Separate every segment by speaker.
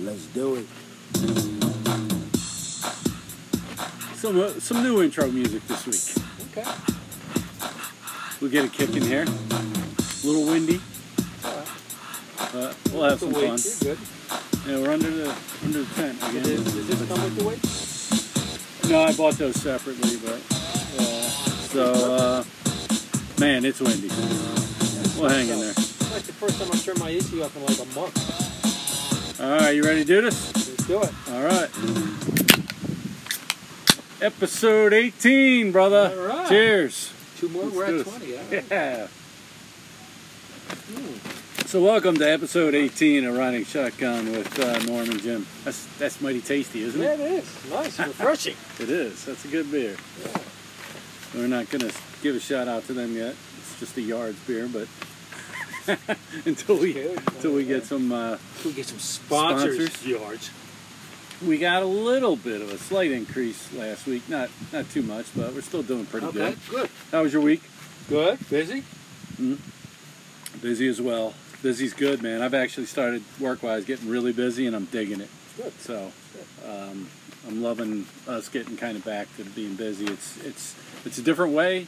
Speaker 1: Let's do it.
Speaker 2: Some uh, some new intro music this week.
Speaker 3: Okay.
Speaker 2: We'll get a kick in here. A little windy,
Speaker 3: All right.
Speaker 2: but we'll
Speaker 3: the
Speaker 2: have some fun.
Speaker 3: weights, You're good.
Speaker 2: Yeah, we're under the under the tent again.
Speaker 3: Does, does this come with the weights?
Speaker 2: No, I bought those separately, but uh, so uh, man, it's windy. We'll hang in there.
Speaker 3: It's like the first time I've turned my AC off in like a month.
Speaker 2: All right, you ready to do this?
Speaker 3: Let's do it.
Speaker 2: All right. Episode 18, brother.
Speaker 3: All right.
Speaker 2: Cheers.
Speaker 3: Two more.
Speaker 2: Let's
Speaker 3: we're
Speaker 2: do
Speaker 3: at
Speaker 2: this.
Speaker 3: 20. all right.
Speaker 2: Yeah.
Speaker 3: Hmm.
Speaker 2: So welcome to episode 18 of Riding Shotgun with uh, Norm and Jim. That's that's mighty tasty, isn't
Speaker 3: Yeah,
Speaker 2: it?
Speaker 3: it is. Nice. Refreshing.
Speaker 2: It is. That's a good beer. We're not gonna give a shout out to them yet. It's just a yards beer, but until we
Speaker 3: Good.
Speaker 2: until we get some, uh,
Speaker 3: we get some sponsors.
Speaker 2: Sponsors?
Speaker 3: Yards.
Speaker 2: we got a little bit of a slight increase last week. Not not too much, but we're still doing pretty
Speaker 3: Okay.
Speaker 2: good.
Speaker 3: Good.
Speaker 2: How was your week?
Speaker 3: Good. Busy.
Speaker 2: Busy as well. Busy's good, man. I've actually started work wise getting really busy and I'm digging it.
Speaker 3: Good.
Speaker 2: So um, I'm loving us getting kind of back to being busy. It's it's it's a different way,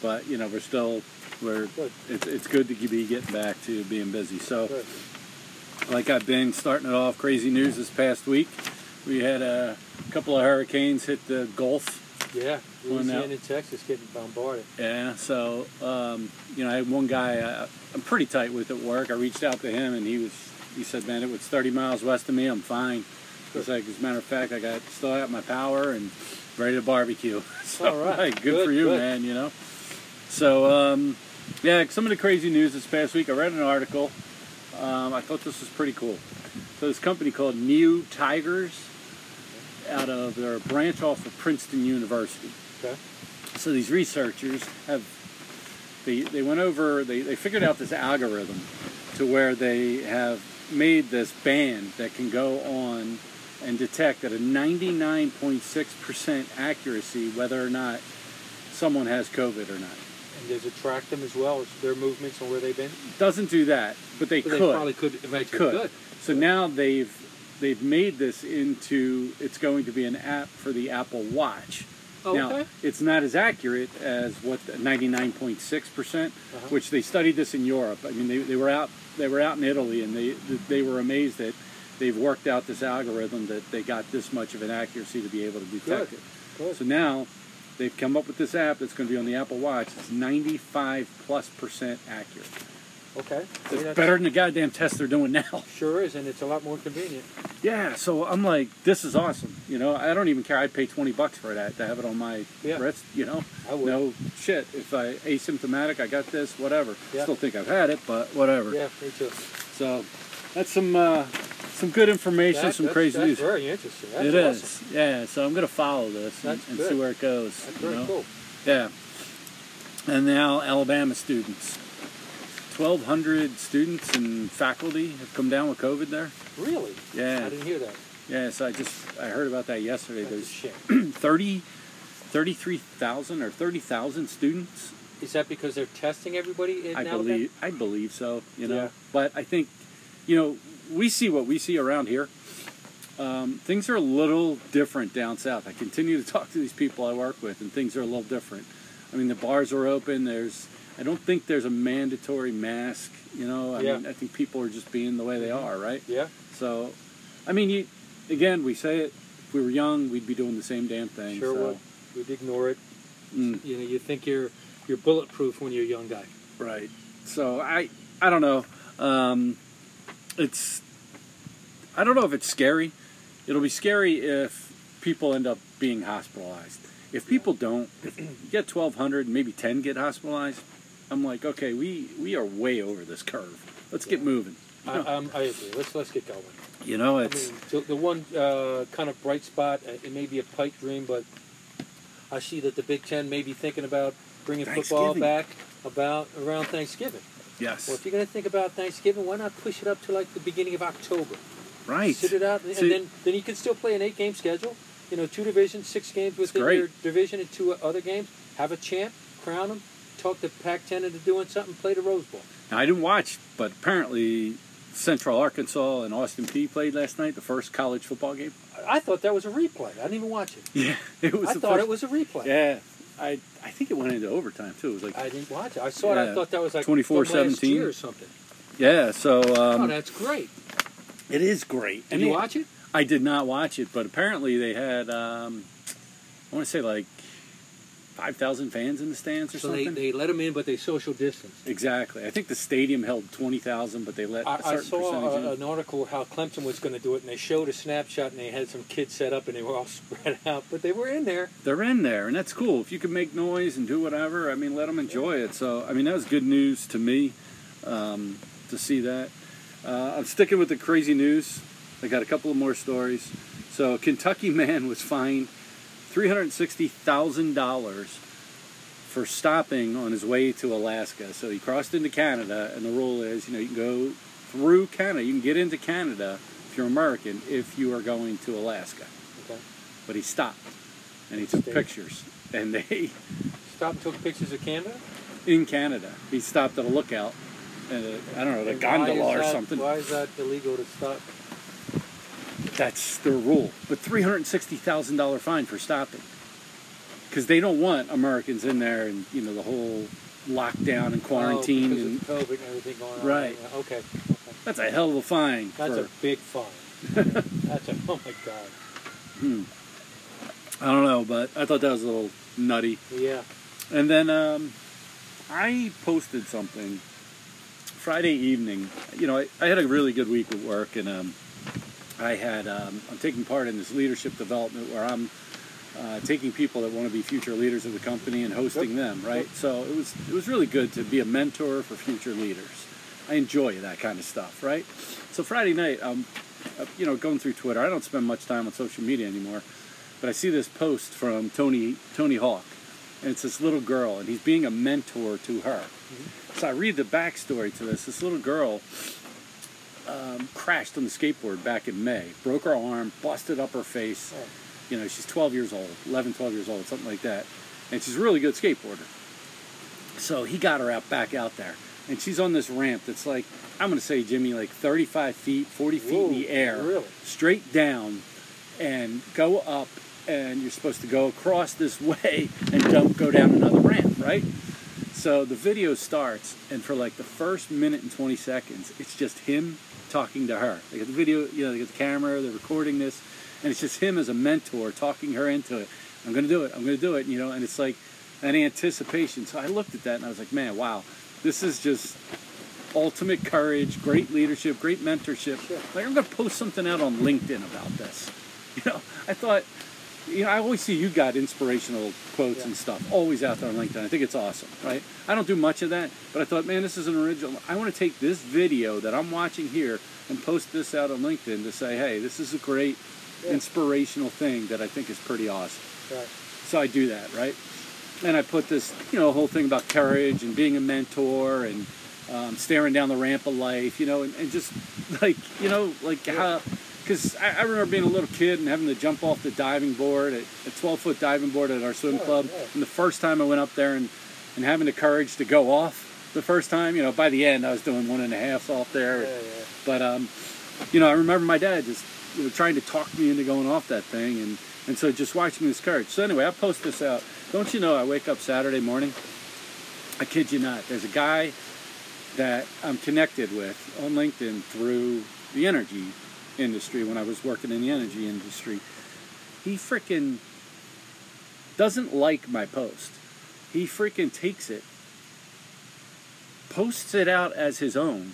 Speaker 2: but you know we're still we're
Speaker 3: Good.
Speaker 2: it's it's good to be getting back to being busy. So
Speaker 3: Good.
Speaker 2: like I've been starting it off crazy news this past week. We had a couple of hurricanes hit the Gulf
Speaker 3: Yeah.
Speaker 2: One out.
Speaker 3: Louisiana, Texas getting bombarded.
Speaker 2: Yeah, so um, you know, I had one guy uh, I'm pretty tight with at work. I reached out to him, and he was he said, "Man, it was 30 miles west of me. I'm fine." It's like, as a matter of fact, I got still got my power and ready to barbecue. So,
Speaker 3: All right.
Speaker 2: like, good,
Speaker 3: Good,
Speaker 2: for you,
Speaker 3: good.
Speaker 2: man. You know. So um, yeah, some of the crazy news this past week. I read an article. Um, I thought this was pretty cool. So this company called New Tigers, out of their branch off of Princeton University
Speaker 3: Okay.
Speaker 2: so these researchers have they, they went over they, they figured out this algorithm to where they have made this band that can go on and detect at a 99.6% accuracy whether or not someone has covid or not
Speaker 3: And does it track them as well? It's their movements and where they've been?
Speaker 2: doesn't do that but they
Speaker 3: But
Speaker 2: could
Speaker 3: They probably could eventually.
Speaker 2: could.
Speaker 3: Good.
Speaker 2: So now they've they've made this into it's going to be an app for the Apple Watch. Now
Speaker 3: Okay.
Speaker 2: it's not as accurate as what ninety nine point six percent,
Speaker 3: Uh-huh.
Speaker 2: which they studied this in Europe. I mean they, they were out they were out in Italy and they they were amazed that they've worked out this algorithm that they got this much of an accuracy to be able to detect
Speaker 3: Good.
Speaker 2: it.
Speaker 3: Good.
Speaker 2: So now they've come up with this app that's going to be on the Apple Watch. It's ninety five plus percent accurate.
Speaker 3: okay. I mean,
Speaker 2: It's
Speaker 3: that's-
Speaker 2: better than the goddamn test they're doing now.
Speaker 3: Sure is, and it's a lot more convenient.
Speaker 2: Yeah, so I'm like, this is awesome. You know, I don't even care. I'd pay 20 bucks for that to have it on my
Speaker 3: Yeah.
Speaker 2: wrist, you know?
Speaker 3: I would.
Speaker 2: No shit. If I asymptomatic, I got this, whatever.
Speaker 3: Yeah.
Speaker 2: Still think I've had it, but whatever.
Speaker 3: Yeah, me too.
Speaker 2: So that's some uh, some good information,
Speaker 3: That-
Speaker 2: some
Speaker 3: that's-
Speaker 2: crazy
Speaker 3: that's
Speaker 2: news.
Speaker 3: very interesting. That's
Speaker 2: It
Speaker 3: awesome.
Speaker 2: is. Yeah, so I'm going to follow this and,
Speaker 3: That's
Speaker 2: and
Speaker 3: good.
Speaker 2: see where it goes.
Speaker 3: That's
Speaker 2: you
Speaker 3: very
Speaker 2: know?
Speaker 3: cool.
Speaker 2: Yeah. And now Alabama students. 1,200 students and faculty have come down with COVID there.
Speaker 3: Really?
Speaker 2: Yeah.
Speaker 3: I didn't hear that.
Speaker 2: Yeah, so I just I heard about that yesterday.
Speaker 3: That's a
Speaker 2: There's
Speaker 3: shame.
Speaker 2: 30, 33,000 or 30,000 students,
Speaker 3: Is that because they're testing everybody in
Speaker 2: I
Speaker 3: Alabama?
Speaker 2: believe. I believe so, you know.
Speaker 3: Yeah.
Speaker 2: But I think, you know, we see what we see around here. Um, things are a little different down south. I continue to talk to these people I work with, and things are a little different. I mean, the bars are open. There's, I don't think there's a mandatory mask. You know, I
Speaker 3: Yeah. Mm-hmm.
Speaker 2: mean, I think people are just being the way they are, right?
Speaker 3: Yeah.
Speaker 2: So, I mean, you, again, we say it. If we were young, we'd be doing the same damn thing.
Speaker 3: Sure
Speaker 2: so,
Speaker 3: would. We'd ignore it.
Speaker 2: Mm.
Speaker 3: You know, you think you're you're bulletproof when you're a young guy.
Speaker 2: Right. So I, I don't know. Um, it's, I don't know if it's scary. It'll be scary if people end up being hospitalized. If people don't, if you get twelve hundred, maybe ten get hospitalized. I'm like, okay, we we are way over this curve. Let's get moving.
Speaker 3: I, um, I agree. Let's let's get going.
Speaker 2: You know,
Speaker 3: I
Speaker 2: it's
Speaker 3: mean, the, the one uh, kind of bright spot. uh, It may be a pipe dream, but I see that the Big Ten may be thinking about bringing football
Speaker 2: Thanksgiving.
Speaker 3: back about around Thanksgiving.
Speaker 2: yes,
Speaker 3: Well, if you're going to think about Thanksgiving, why not push it up to like the beginning of October?
Speaker 2: right.
Speaker 3: Sit it out, and,
Speaker 2: See-
Speaker 3: then then you can still play an eight-game schedule. You know, two divisions, six games within
Speaker 2: great.
Speaker 3: your division, and two other games. Have a champ, crown them, talk to Pac-10 into doing something, play the Rose Bowl.
Speaker 2: Now, I didn't watch, but apparently Central Arkansas and Austin P played last night, the first college football game.
Speaker 3: I thought that was a replay. I didn't even watch it.
Speaker 2: Yeah, it was.
Speaker 3: I
Speaker 2: the
Speaker 3: thought
Speaker 2: first,
Speaker 3: it was a replay.
Speaker 2: Yeah, I I think it went into overtime too. It was like
Speaker 3: I didn't watch it. I saw it.
Speaker 2: Yeah.
Speaker 3: I thought that was like
Speaker 2: 24,
Speaker 3: from last
Speaker 2: 17.
Speaker 3: year or something.
Speaker 2: yeah, so
Speaker 3: oh,
Speaker 2: um,
Speaker 3: that's great.
Speaker 2: it is great.
Speaker 3: Did
Speaker 2: And
Speaker 3: you
Speaker 2: it-
Speaker 3: watch it?
Speaker 2: I did not watch it, but apparently they had um, I want to say like five thousand fans in the stands or
Speaker 3: So they,
Speaker 2: something.
Speaker 3: they let them in, but they social distance.
Speaker 2: Exactly. I think the stadium held twenty thousand, but they let a
Speaker 3: I, I
Speaker 2: certain
Speaker 3: saw
Speaker 2: percentage
Speaker 3: a, an
Speaker 2: in.
Speaker 3: article how Clemson was going to do it, and they showed a snapshot, and they had some kids set up, and they were all spread out, but they were in there.
Speaker 2: They're in there, and that's cool. If you can make noise and do whatever, I mean, let them enjoy it. So, I mean, that was good news to me um, to see that. Uh, I'm sticking with the crazy news. I got a couple of more stories. So, a Kentucky man was fined three hundred sixty thousand dollars for stopping on his way to Alaska. So he crossed into Canada, and the rule is, you know, you can go through Canada. You can get into Canada if you're American if you are going to Alaska.
Speaker 3: Okay.
Speaker 2: But he stopped, and he took
Speaker 3: Stayed.
Speaker 2: pictures, and they
Speaker 3: Stopped and took pictures of Canada.
Speaker 2: in Canada. He stopped at a lookout, at a, I don't know, at a
Speaker 3: And why
Speaker 2: gondola
Speaker 3: is
Speaker 2: or
Speaker 3: that-
Speaker 2: something.
Speaker 3: Why is that illegal to stop?
Speaker 2: That's their rule. But three hundred sixty thousand dollar fine for stopping, because they don't want Americans in there, and you know the whole lockdown and quarantine.
Speaker 3: Oh, because
Speaker 2: and
Speaker 3: of COVID and everything going on.
Speaker 2: Right.
Speaker 3: Yeah, Okay. okay.
Speaker 2: that's a hell of a fine.
Speaker 3: That's
Speaker 2: for,
Speaker 3: a big fine. That's a oh my god.
Speaker 2: I don't know, but I thought that was a little nutty.
Speaker 3: Yeah.
Speaker 2: And then um, I posted something Friday evening. You know, I, I had a really good week with work, and um, I had um, I'm taking part in this leadership development where I'm uh, taking people that want to be future leaders of the company and hosting
Speaker 3: Yep.
Speaker 2: them. Right,
Speaker 3: Yep.
Speaker 2: so it was it was really good to be a mentor for future leaders. I enjoy that kind of stuff. Right, so Friday night I'm uh, you know going through Twitter. I don't spend much time on social media anymore, but I see this post from Tony Tony Hawk, and it's this little girl, and he's being a mentor to her. So I read the backstory to this. This little girl um, crashed on the skateboard back in May, broke her arm, busted up her face.
Speaker 3: Oh.
Speaker 2: You know, she's 12 years old, 11, 12 years old, something like that. And she's a really good skateboarder. So he got her out back out there. And she's on this ramp that's like, I'm going to say, Jimmy, like 35 feet, 40 feet in the
Speaker 3: Whoa,
Speaker 2: air,
Speaker 3: really?
Speaker 2: straight down, and go up. And you're supposed to go across this way and don't go down another ramp, right? So the video starts, and for like the first minute and 20 seconds, it's just him talking to her. They got the video, you know, they got the camera, they're recording this, and it's just him as a mentor talking her into it. I'm going to do it, I'm going to do it, you know, and it's like an anticipation. So I looked at that and I was like, man, wow, this is just ultimate courage, great leadership, great mentorship.
Speaker 3: Sure.
Speaker 2: Like, I'm going to post something out on LinkedIn about this. You know, I thought, you know, I always see you got inspirational quotes
Speaker 3: Yeah.
Speaker 2: and stuff always out there on LinkedIn. I think it's awesome, right? I don't do much of that, but I thought, man, this is an original. I want to take this video that I'm watching here and post this out on LinkedIn to say, hey, this is a great
Speaker 3: Yeah.
Speaker 2: inspirational thing that I think is pretty awesome.
Speaker 3: Right.
Speaker 2: So I do that, right? And I put this, you know, whole thing about courage and being a mentor and um, staring down the ramp of life, you know, and, and just like, you know, like how, because I, I remember being a little kid and having to jump off the diving board, at a 12 foot diving board at our swim
Speaker 3: Yeah,
Speaker 2: club.
Speaker 3: yeah.
Speaker 2: And the first time I went up there and, and having the courage to go off the first time, you know, by the end I was doing one and a halfs off there.
Speaker 3: Yeah, yeah.
Speaker 2: But um, you know, I remember my dad just you know trying to talk me into going off that thing, and and so just watching this courage. So anyway, I post this out. Don't you know? I wake up Saturday morning. I kid you not. There's a guy that I'm connected with on LinkedIn through the energy industry when I was working in the energy industry. He freaking doesn't like my post. He freaking takes it, posts it out as his own,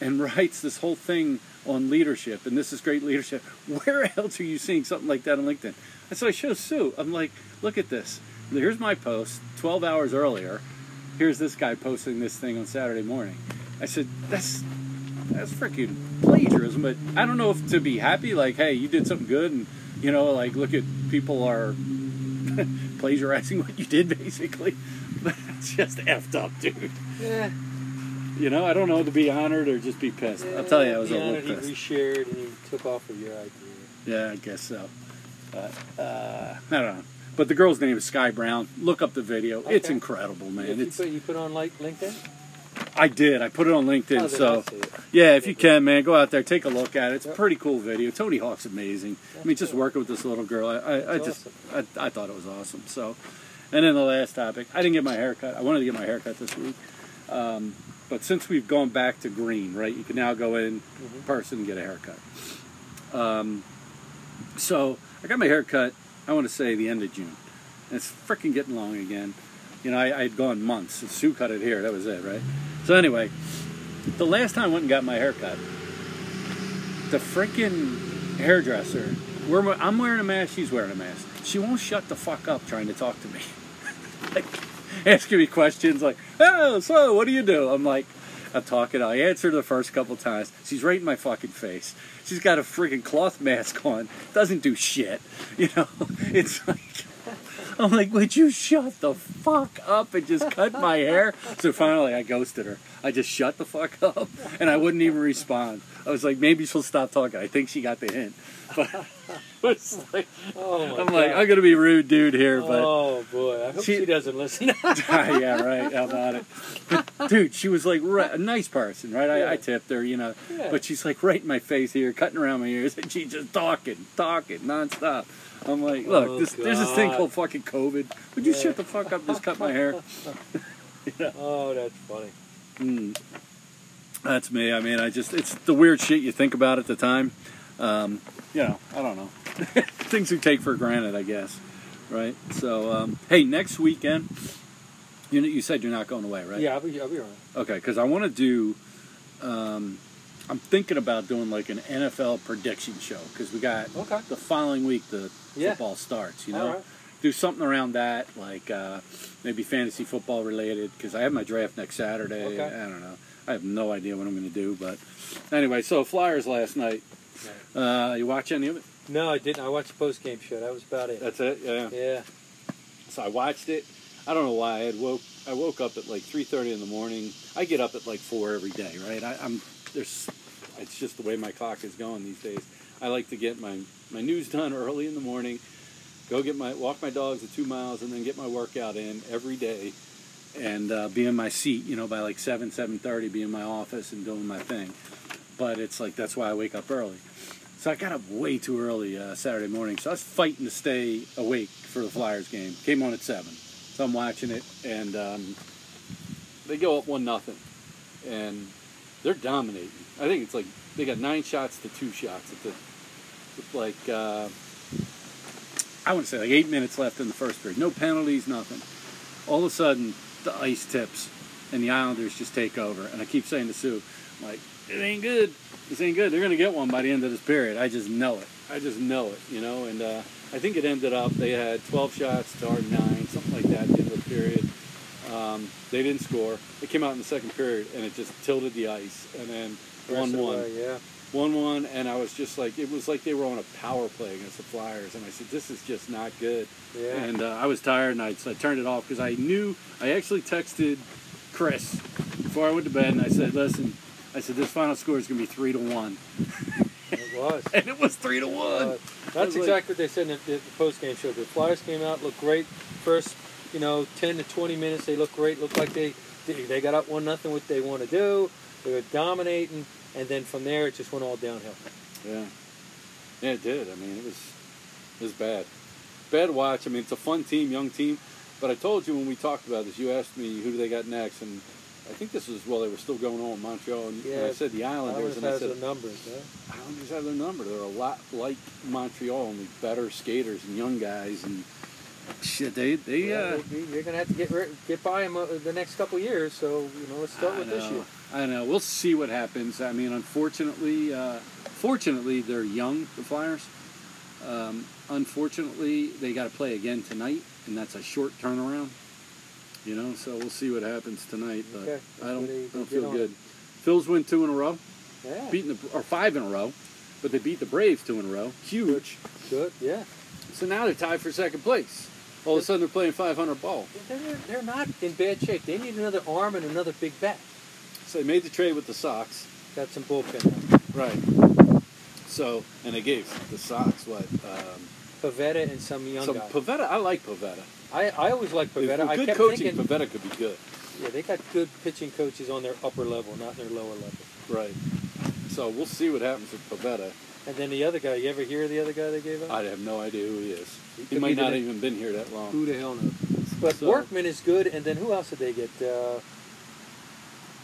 Speaker 2: and writes this whole thing on leadership and this is great leadership. Where else are you seeing something like that on LinkedIn? And so I show Sue. I'm like, look at this. Here's my post 12 hours earlier. Here's this guy posting this thing on Saturday morning. I said, that's that's freaking plagiarism. But I don't know if to be happy, like, hey, you did something good, and you know, like, look at people are plagiarizing what you did, basically. But it's just effed up, dude.
Speaker 3: Yeah.
Speaker 2: You know, I don't know to be honored or just be pissed. I'll tell you, I was
Speaker 3: yeah,
Speaker 2: a
Speaker 3: and
Speaker 2: little pissed.
Speaker 3: He reshared and he took off of your idea.
Speaker 2: Yeah, I guess so. But, uh, I don't know. But the girl's name is Sky Brown. Look up the video. It's
Speaker 3: Okay.
Speaker 2: incredible,
Speaker 3: If
Speaker 2: man.
Speaker 3: you
Speaker 2: It's
Speaker 3: put you put on like LinkedIn.
Speaker 2: I did. I put it on LinkedIn.
Speaker 3: Oh, they
Speaker 2: so
Speaker 3: don't see it.
Speaker 2: yeah, if you
Speaker 3: Okay.
Speaker 2: can, man, go out there, take a look at it. It's a
Speaker 3: Yep.
Speaker 2: pretty cool video. Tony Hawk's amazing. I mean, just working with this little girl, I, I, I
Speaker 3: That's
Speaker 2: just I, I thought it was awesome. So, and then the last topic, I didn't get my haircut. I wanted to get my haircut this week, um, but since we've gone back to green, right? You can now go in
Speaker 3: Mhm.
Speaker 2: person and get a haircut. Um, so I got my haircut. I want to say the end of June. And it's freaking getting long again. You know, I, I had gone months. since Sue cut it here. That was it, right? So anyway, the last time I went and got my haircut, the freaking hairdresser. We're, I'm wearing a mask. She's wearing a mask. She won't shut the fuck up trying to talk to me. like asking me questions like, "Oh, so what do you do?" I'm like, I'm talking. I answer the first couple times. She's right in my fucking face. She's got a freaking cloth mask on. Doesn't do shit. You know, it's like. I'm like, would you shut the fuck up and just cut my hair? So finally, I ghosted her. I just shut the fuck up, and I wouldn't even respond. I was like, maybe she'll stop talking. I think she got the hint. But it's like,
Speaker 3: Oh my
Speaker 2: I'm like,
Speaker 3: God.
Speaker 2: I'm gonna be a rude, dude here, but
Speaker 3: oh boy, I hope
Speaker 2: She-
Speaker 3: she, doesn't listen.
Speaker 2: Ah, yeah, right. How about it? But, dude, she was like right, a nice person, right? I, I
Speaker 3: Yeah.
Speaker 2: tipped her, you know.
Speaker 3: Yeah.
Speaker 2: But she's like right in my face here, cutting around my ears, and she's just talking, talking nonstop. I'm like, look,
Speaker 3: Oh,
Speaker 2: this, there's this thing
Speaker 3: God.
Speaker 2: called fucking COVID. Would you
Speaker 3: Yeah.
Speaker 2: shut the fuck up? and Just cut my hair.
Speaker 3: oh, that's funny.
Speaker 2: Mm. That's me. I mean, I just it's the weird shit you think about at the time. Um, you know, I don't know things we take for granted, I guess. Right. So, um, hey, next weekend, you you said you're not going away, right?
Speaker 3: Yeah, I'll be, I'll be around.
Speaker 2: Okay, because I want to do. Um, I'm thinking about doing like an NFL prediction show because we got
Speaker 3: Okay.
Speaker 2: the following week the
Speaker 3: Yeah.
Speaker 2: football starts. You know,
Speaker 3: All right.
Speaker 2: do something around that, like uh, maybe fantasy football related because I have my draft next Saturday.
Speaker 3: Okay.
Speaker 2: I don't know. I have no idea what I'm going to do, but anyway. So Flyers last night. Uh, you watch any of it?
Speaker 3: No, I didn't. I watched the post game show. That was about it.
Speaker 2: That's it. Yeah.
Speaker 3: yeah.
Speaker 2: So I watched it. I don't know why I had woke. I woke up at like three thirty in the morning. I get up at like four every day, right? I, I'm there's. It's just the way my clock is going these days. I like to get my my news done early in the morning. Go get my walk my dogs the two miles, and then get my workout in every day, and uh, be in my seat. You know, by like seven seven thirty, be in my office and doing my thing. But it's like that's why I wake up early. So I got up way too early uh, Saturday morning. So I was fighting to stay awake for the Flyers game. Came on at seven, so I'm watching it, and um, they go up one nothing, and they're dominating. I think it's like they got nine shots to two shots at the, with like uh, I would say like eight minutes left in the first period. No penalties, nothing. All of a sudden, the ice tips, and the Islanders just take over. And I keep saying to Sue, I'm like, it ain't good. This ain't good. They're gonna get one by the end of this period. I just know it. I just know it. You know. And uh, I think it ended up they had 12 shots to our nine, something like that, at the end of the period. Um, they didn't score. They came out in the second period, and it just tilted the ice. And then
Speaker 3: Rest
Speaker 2: one
Speaker 3: of the
Speaker 2: one
Speaker 3: way, Yeah.
Speaker 2: one one and i was just like it was like they were on a power play against the flyers and i said this is just not good
Speaker 3: Yeah.
Speaker 2: and uh, i was tired and I, so I turned it off because i knew i actually texted chris before i went to bed and i said listen i said this final score is going to be three to one
Speaker 3: it was.
Speaker 2: and it was three to one
Speaker 3: Uh, that's
Speaker 2: Like-
Speaker 3: exactly what they said in the, the post game show. The Flyers came out, looked great. First, you know, ten to twenty minutes, they looked great. Looked like they they, they got up one nothing. What they want to do, they were dominating, and then from there it just went all downhill.
Speaker 2: yeah yeah it did i mean it was it was bad bad watch i mean it's a fun team young team but i told you when we talked about this you asked me who do they got next and I think this was while they were still going on in Montreal, and, and I
Speaker 3: Yeah,
Speaker 2: said the
Speaker 3: Flyers
Speaker 2: Islanders, and I
Speaker 3: has
Speaker 2: said
Speaker 3: the numbers. Huh?
Speaker 2: Islanders have their number. They're a lot like Montreal, only better skaters and young guys and shit. They they uh,
Speaker 3: they- they- you're gonna have to get rid- get by them uh, the next couple years. So you know, let's start
Speaker 2: I
Speaker 3: with
Speaker 2: know,
Speaker 3: this year.
Speaker 2: I know. We'll see what happens. I mean, unfortunately, uh, fortunately they're young, the Flyers. Um, unfortunately, they got to play again tonight, and that's a short turnaround. You know, so we'll see what happens tonight. But
Speaker 3: Okay,
Speaker 2: I don't,
Speaker 3: hopefully
Speaker 2: I
Speaker 3: they get
Speaker 2: don't feel
Speaker 3: on.
Speaker 2: good. Phil's win two in a row,
Speaker 3: Yeah,
Speaker 2: beating the or five in a row, but they beat the Braves two in a row. Huge.
Speaker 3: good. Yeah,
Speaker 2: So now they're tied for second place. All of a sudden, they're playing 500 ball.
Speaker 3: they're, they're- they're not in bad shape. They need another arm and another big bat.
Speaker 2: So they made the trade with the Sox.
Speaker 3: Got some bullpen.
Speaker 2: Right. So, and they gave the Sox what? Um,
Speaker 3: Pavetta and some young
Speaker 2: so
Speaker 3: guy.
Speaker 2: Pavetta, I like Pavetta.
Speaker 3: I, I always like
Speaker 2: With-
Speaker 3: Pavetta.
Speaker 2: with
Speaker 3: I
Speaker 2: good
Speaker 3: kept
Speaker 2: coaching,
Speaker 3: thinking
Speaker 2: Pavetta could be good.
Speaker 3: Yeah, they got good pitching coaches on their upper level, not their lower level.
Speaker 2: Right. So we'll see what happens with Pavetta.
Speaker 3: And then the other guy, you ever hear of the other guy they gave up?
Speaker 2: I have no idea who he is.
Speaker 3: He
Speaker 2: He
Speaker 3: could
Speaker 2: might
Speaker 3: be the
Speaker 2: not
Speaker 3: ne-
Speaker 2: even been here that long.
Speaker 3: Who the hell knows? But
Speaker 2: So-
Speaker 3: Workman is good, and then who else did they get? Uh,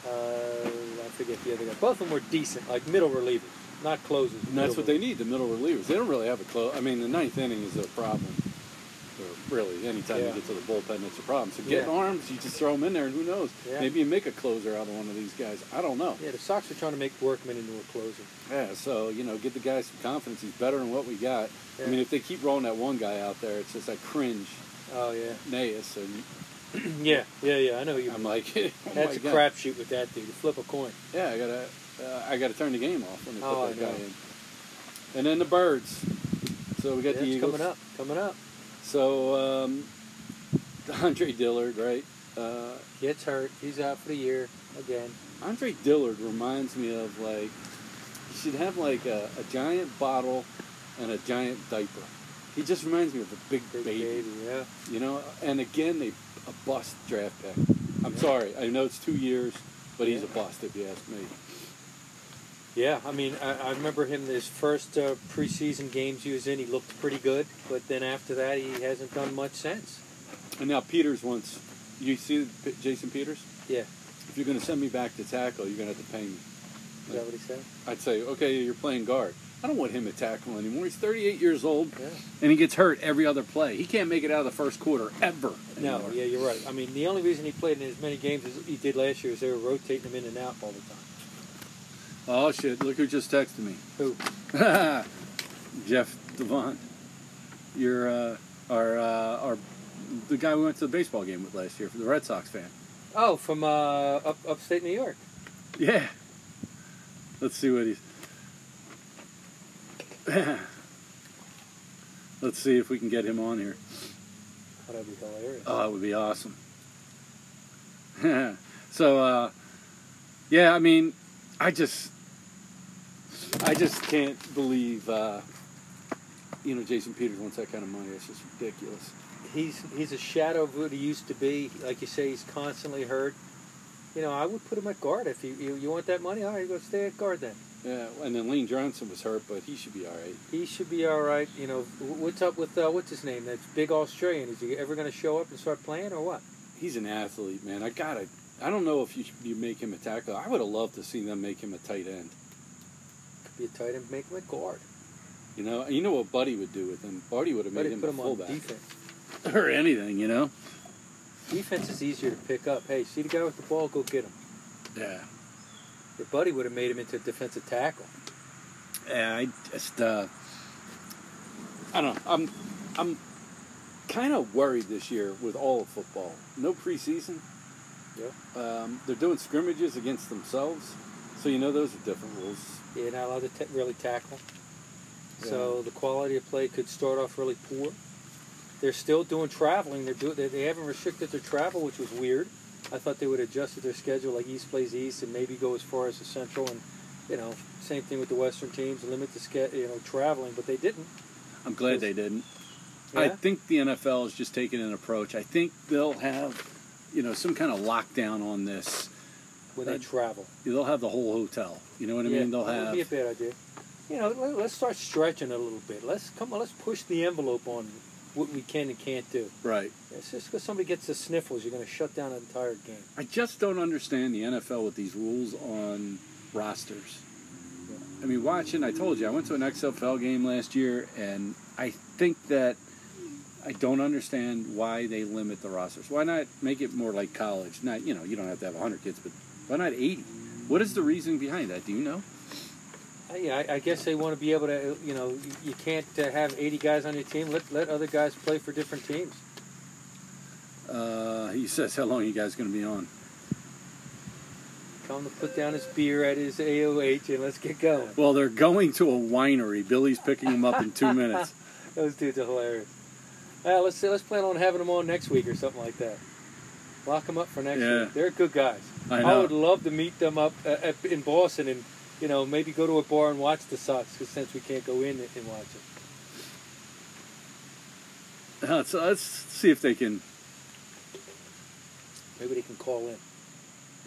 Speaker 3: uh, I forget the other guy. Both of them were decent, like middle relievers, not closers.
Speaker 2: And
Speaker 3: middle
Speaker 2: that's what they
Speaker 3: relievers.
Speaker 2: need, the middle relievers. They don't really have a close. I mean, the ninth inning is a problem. Or really, anytime
Speaker 3: Yeah.
Speaker 2: you get to the bullpen, it's a problem. So get
Speaker 3: Yeah.
Speaker 2: arms, you just throw them in there, and who knows?
Speaker 3: Yeah.
Speaker 2: Maybe you make a closer out of one of these guys. I don't know.
Speaker 3: Yeah, the Sox are trying to make Workman into a closer.
Speaker 2: Yeah, so, you know, give the guy some confidence. He's better than what we got.
Speaker 3: Yeah.
Speaker 2: I mean, if they keep rolling that one guy out there, it's just I cringe,
Speaker 3: Oh yeah,
Speaker 2: Naeus, and
Speaker 3: yeah, yeah, yeah. I know you.
Speaker 2: I'm like, oh
Speaker 3: That's a
Speaker 2: my God.
Speaker 3: crapshoot with that dude. You flip a coin.
Speaker 2: Yeah, I gotta, uh, I gotta turn the game off when they
Speaker 3: Oh, I
Speaker 2: put that guy
Speaker 3: know.
Speaker 2: in. And then the birds. So we got
Speaker 3: yeah,
Speaker 2: the
Speaker 3: it's
Speaker 2: Eagles.
Speaker 3: coming up, coming up.
Speaker 2: So um, Andre Dillard, right? Uh,
Speaker 3: Gets hurt. He's out for the year again.
Speaker 2: Andre Dillard reminds me of like you should have like a, a giant bottle and a giant diaper. He just reminds me of a big,
Speaker 3: Big
Speaker 2: baby,
Speaker 3: baby. Yeah.
Speaker 2: you know. And again, they a bust draft pick. I'm
Speaker 3: Yeah.
Speaker 2: sorry, I know it's two years, but he's a
Speaker 3: Yeah.
Speaker 2: bust if you ask me.
Speaker 3: Yeah, I mean, I, I remember him his first uh, preseason games he was in. He looked pretty good, but then after that, he hasn't done much since.
Speaker 2: And now Peters wants. You see P- Jason Peters?
Speaker 3: Yeah,
Speaker 2: If you're going to send me back to tackle, you're going to have to pay me.
Speaker 3: is that what he said?
Speaker 2: I'd say, okay, you're playing guard. I don't want him at tackle anymore. He's 38 years old,
Speaker 3: Yeah.
Speaker 2: and he gets hurt every other play. He can't make it out of the first quarter ever.
Speaker 3: No,
Speaker 2: anymore.
Speaker 3: yeah, you're right. I mean, the only reason he played in as many games as he did last year is they were rotating him in and out all the time.
Speaker 2: Oh shit! Look who just texted me.
Speaker 3: Who?
Speaker 2: Jeff Devon, your uh, our uh, our the guy we went to the baseball game with last year for the Red Sox fan.
Speaker 3: Oh, from uh, up upstate New York.
Speaker 2: Yeah. Let's see what he's. Let's see if we can get him on here.
Speaker 3: Oh, That'd be hilarious.
Speaker 2: Oh, that would be awesome. so, uh, yeah, I mean, I just, I just can't believe, uh, you know, Jason Peters wants that kind of money. It's just ridiculous.
Speaker 3: He's he's a shadow of what he used to be. Like you say, he's constantly hurt. You know, I would put him at guard if you you, you want that money. All right, go stay at guard then.
Speaker 2: Yeah, and then Lane Johnson was hurt, but he should be all right.
Speaker 3: He should be all right. You know, wh- what's up with uh, what's his name? That's big Australian. Is he ever going to show up and start playing or what?
Speaker 2: He's an athlete, man. I gotta. I don't know if you you make him a tackle. I would have loved to see them make him a tight end.
Speaker 3: Could be a tight end, make him a guard.
Speaker 2: You know, and you know what Buddy would do with him. Buddy would have
Speaker 3: But
Speaker 2: made
Speaker 3: he
Speaker 2: him
Speaker 3: put
Speaker 2: a
Speaker 3: him on
Speaker 2: fullback
Speaker 3: defense.
Speaker 2: or anything. You know.
Speaker 3: Defense is easier to pick up. Hey, see the guy with the ball, go get him.
Speaker 2: Yeah.
Speaker 3: Your buddy would have made him into a defensive tackle.
Speaker 2: Yeah, I just uh, I don't know. I'm I'm kind of worried this year with all of football. No preseason.
Speaker 3: Yeah.
Speaker 2: Um, they're doing scrimmages against themselves, so you know those are different rules.
Speaker 3: You're not allowed to ta really tackle. So the quality of play could start off really poor. They're still doing traveling. They're do- they, they haven't restricted their travel, which was weird. I thought they would adjusted their schedule, like East plays East, and maybe go as far as the Central, and you know, same thing with the Western teams, limit the ske- you know traveling, but they didn't.
Speaker 2: I'm glad they didn't. I
Speaker 3: Yeah?
Speaker 2: think the NFL is just taking an approach. I think they'll have, you know, some kind of lockdown on this.
Speaker 3: when they
Speaker 2: Uh,
Speaker 3: travel.
Speaker 2: They'll have the whole hotel. You know what I
Speaker 3: Yeah,
Speaker 2: mean? They'll
Speaker 3: that
Speaker 2: have
Speaker 3: would be a bad idea. You know, let, let's start stretching a little bit. Let's come on. Let's push the envelope on what we can and can't do.
Speaker 2: right.
Speaker 3: It's just because somebody gets the sniffles, you're going to shut down an entire game.
Speaker 2: I just don't understand the NFL with these rules on rosters. I mean, watching, I told you, I went to an XFL game last year, and I think that I don't understand why they limit the rosters. Why not make it more like college? Not, you know, you don't have to have 100 kids, but why not 80? What is the reasoning behind that? Do you know?
Speaker 3: Uh, Yeah, I, I guess they want to be able to. uh, You know, you, you can't uh, have 80 guys on your team. Let let other guys play for different teams.
Speaker 2: Uh, he says, How long you guys going to be on?
Speaker 3: Tell him to put down his beer at his AOH and let's get going.
Speaker 2: Well, they're going to a winery. Billy's picking them up in two minutes.
Speaker 3: Those dudes are hilarious. Uh, let's let's plan on having them on next week or something like that. Lock them up for next
Speaker 2: Yeah.
Speaker 3: week. They're good guys.
Speaker 2: I know.
Speaker 3: would love to meet them up uh, at, in Boston and you know maybe go to a bar and watch the Sox 'cause since we can't go in and watch it.
Speaker 2: Uh, Let's, let's see if they can
Speaker 3: Maybe they can call in.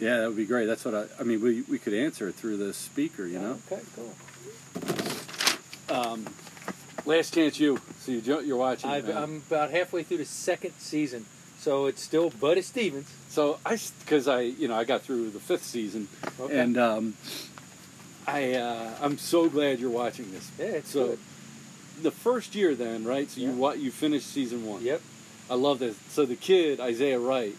Speaker 2: Yeah, that would be great. That's what I. I mean, we we could answer it through the speaker. You know.
Speaker 3: Okay, cool.
Speaker 2: Um, last chance, you. So you jo- you're watching.
Speaker 3: I've, um,
Speaker 2: man.
Speaker 3: I'm about halfway through the second season, so it's still Buddy Stevens.
Speaker 2: so I because I you know I got through the fifth season
Speaker 3: Okay.
Speaker 2: and um, I uh, I'm so glad you're watching this.
Speaker 3: yeah, it's
Speaker 2: so
Speaker 3: good.
Speaker 2: the first year then right? So
Speaker 3: Yeah.
Speaker 2: you wa- you finished season one.
Speaker 3: Yep.
Speaker 2: I love this. So the kid Isaiah Wright,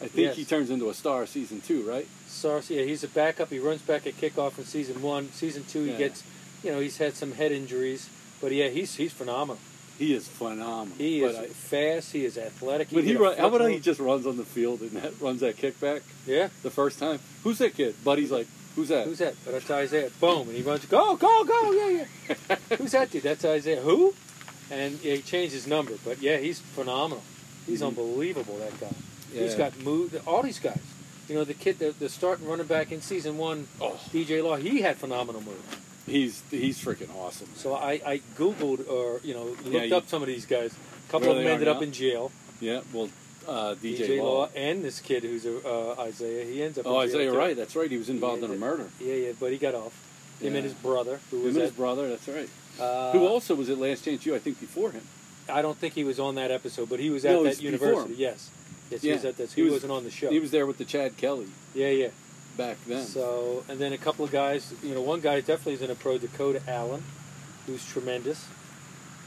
Speaker 2: I think
Speaker 3: Yes.
Speaker 2: he turns into a star season two, right?
Speaker 3: Sars, yeah, he's a backup. He runs back at kickoff in season one. Season two,
Speaker 2: Yeah.
Speaker 3: he gets, you know, he's had some head injuries, but yeah, he's he's phenomenal.
Speaker 2: He is phenomenal.
Speaker 3: He
Speaker 2: But
Speaker 3: is
Speaker 2: I-
Speaker 3: fast. He is athletic.
Speaker 2: When he
Speaker 3: can get a
Speaker 2: run, how
Speaker 3: foot
Speaker 2: about he
Speaker 3: move.
Speaker 2: just runs on the field and that runs that kickback
Speaker 3: yeah.
Speaker 2: the first time? Who's that kid? Buddy's like, who's that?
Speaker 3: Who's that? But that's Isaiah. Boom, and he runs. Go, go, go! Yeah, yeah. Who's that dude? That's Isaiah. Who? And yeah, he changed his number, but yeah, he's phenomenal. He's
Speaker 2: Mhm.
Speaker 3: unbelievable. That guy. He's
Speaker 2: Yeah.
Speaker 3: got move. All these guys. You know, the kid, the, the starting running back in season one,
Speaker 2: Oh.
Speaker 3: DJ Law, he had phenomenal moves.
Speaker 2: He's he's freaking awesome. man.
Speaker 3: So I, I Googled or you know looked
Speaker 2: Yeah, you-
Speaker 3: up some of these guys. A couple
Speaker 2: Where
Speaker 3: of them
Speaker 2: they are
Speaker 3: ended up
Speaker 2: now?
Speaker 3: in jail.
Speaker 2: yeah, well, uh, DJ,
Speaker 3: DJ
Speaker 2: Law.
Speaker 3: and this kid who's a, uh, Isaiah. He ends up.
Speaker 2: Oh,
Speaker 3: in jail
Speaker 2: Isaiah
Speaker 3: too.
Speaker 2: Wright. That's right. He was involved
Speaker 3: Yeah,
Speaker 2: in a
Speaker 3: yeah.
Speaker 2: murder.
Speaker 3: Yeah, yeah, but he got off. Him
Speaker 2: Yeah.
Speaker 3: and his brother, who
Speaker 2: Him
Speaker 3: was
Speaker 2: and his
Speaker 3: at,
Speaker 2: brother. That's right.
Speaker 3: uh,
Speaker 2: Who also was at Last Chance U? I think before him.
Speaker 3: I don't think he was on that episode, but he was at
Speaker 2: No,
Speaker 3: that
Speaker 2: it's before
Speaker 3: university.
Speaker 2: him.
Speaker 3: Yes, yes, he
Speaker 2: Yeah.
Speaker 3: was at that. He,
Speaker 2: He was-
Speaker 3: was, not on the show.
Speaker 2: He was there with the Chad Kelly
Speaker 3: yeah, yeah.
Speaker 2: back then.
Speaker 3: So and then a couple of guys. You know, one guy definitely is in a pro. Dakota Allen, who's tremendous.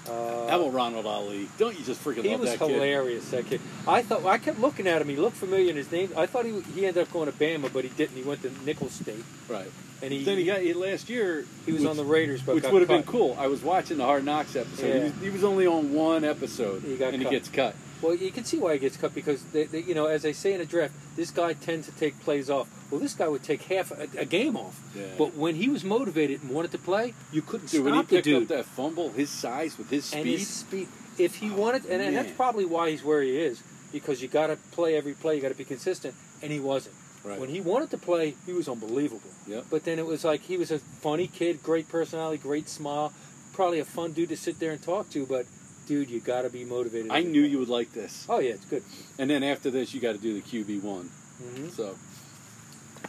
Speaker 3: Uh,
Speaker 2: how about Ronald Ali? Don't you just freaking
Speaker 3: He
Speaker 2: love
Speaker 3: was
Speaker 2: that kid?
Speaker 3: hilarious, that kid. I thought I kept looking at him. He looked familiar in his name. I thought he he ended up going to Bama, but he didn't. He went to Nichols State,
Speaker 2: Right.
Speaker 3: and he
Speaker 2: then he got he, last year.
Speaker 3: he was
Speaker 2: which-
Speaker 3: on the Raiders, but
Speaker 2: which
Speaker 3: got
Speaker 2: would have been
Speaker 3: cut.
Speaker 2: cool. I was watching the Hard Knocks episode. He,
Speaker 3: Yeah.
Speaker 2: was, he was only on one episode,
Speaker 3: He got
Speaker 2: and
Speaker 3: cut.
Speaker 2: he gets cut.
Speaker 3: Well, you can see why he gets cut because they, they, you know, as they say in a draft, this guy tends to take plays off. Well, this guy would take half a, a game off,
Speaker 2: Yeah.
Speaker 3: but when he was motivated and wanted to play, you couldn't
Speaker 2: Dude,
Speaker 3: stop
Speaker 2: when he
Speaker 3: the
Speaker 2: picked
Speaker 3: dude.
Speaker 2: up that fumble, his size with his speed, Oh,
Speaker 3: and his speed. If he wanted, and, and that's
Speaker 2: man.
Speaker 3: probably why he's where he is, because you got to play every play, you got to be consistent, and he wasn't.
Speaker 2: Right.
Speaker 3: When he wanted to play, he was unbelievable.
Speaker 2: Yep.
Speaker 3: But then it was like he was a funny kid, great personality, great smile, probably a fun dude to sit there and talk to. But dude, you got to be motivated.
Speaker 2: I knew you would like this.
Speaker 3: Oh yeah, it's good,
Speaker 2: And then after this, you got to do the QB one.
Speaker 3: Mhm.
Speaker 2: So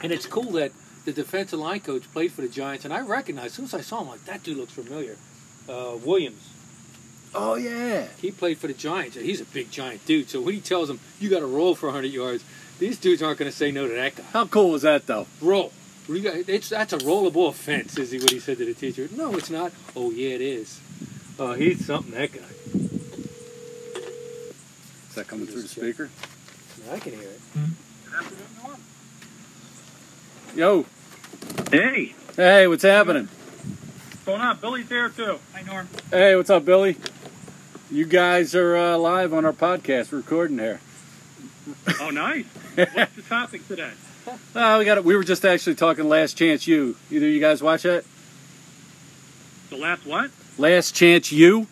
Speaker 3: and it's cool that the defensive line coach played for the Giants, and I recognized as soon as I saw him, like that dude looks familiar. Uh, Williams.
Speaker 2: oh yeah,
Speaker 3: He played for the Giants. and He's a big giant dude. So when he tells them you got to roll for 100 yards, these dudes aren't going to say no to that guy.
Speaker 2: how cool was that though?
Speaker 3: Roll. We got- It's, that's a rollable offense, is he what he said to the teacher? No, it's not. Oh yeah, it is. Oh, he's something that guy.
Speaker 2: Is that coming through the
Speaker 3: Just check.
Speaker 2: speaker?
Speaker 3: I can hear it.
Speaker 2: Yo,
Speaker 1: Hey,
Speaker 2: hey, what's happening?
Speaker 1: what's going on? Billy's there too. Hi, Norm.
Speaker 2: Hey, what's up, Billy? You guys are uh, live on our podcast, recording here.
Speaker 1: Oh, nice. What's the topic today?
Speaker 2: Oh, we got. it. We were just actually talking Last Chance You. Either you guys watch that?
Speaker 1: The last what?
Speaker 2: Last Chance You.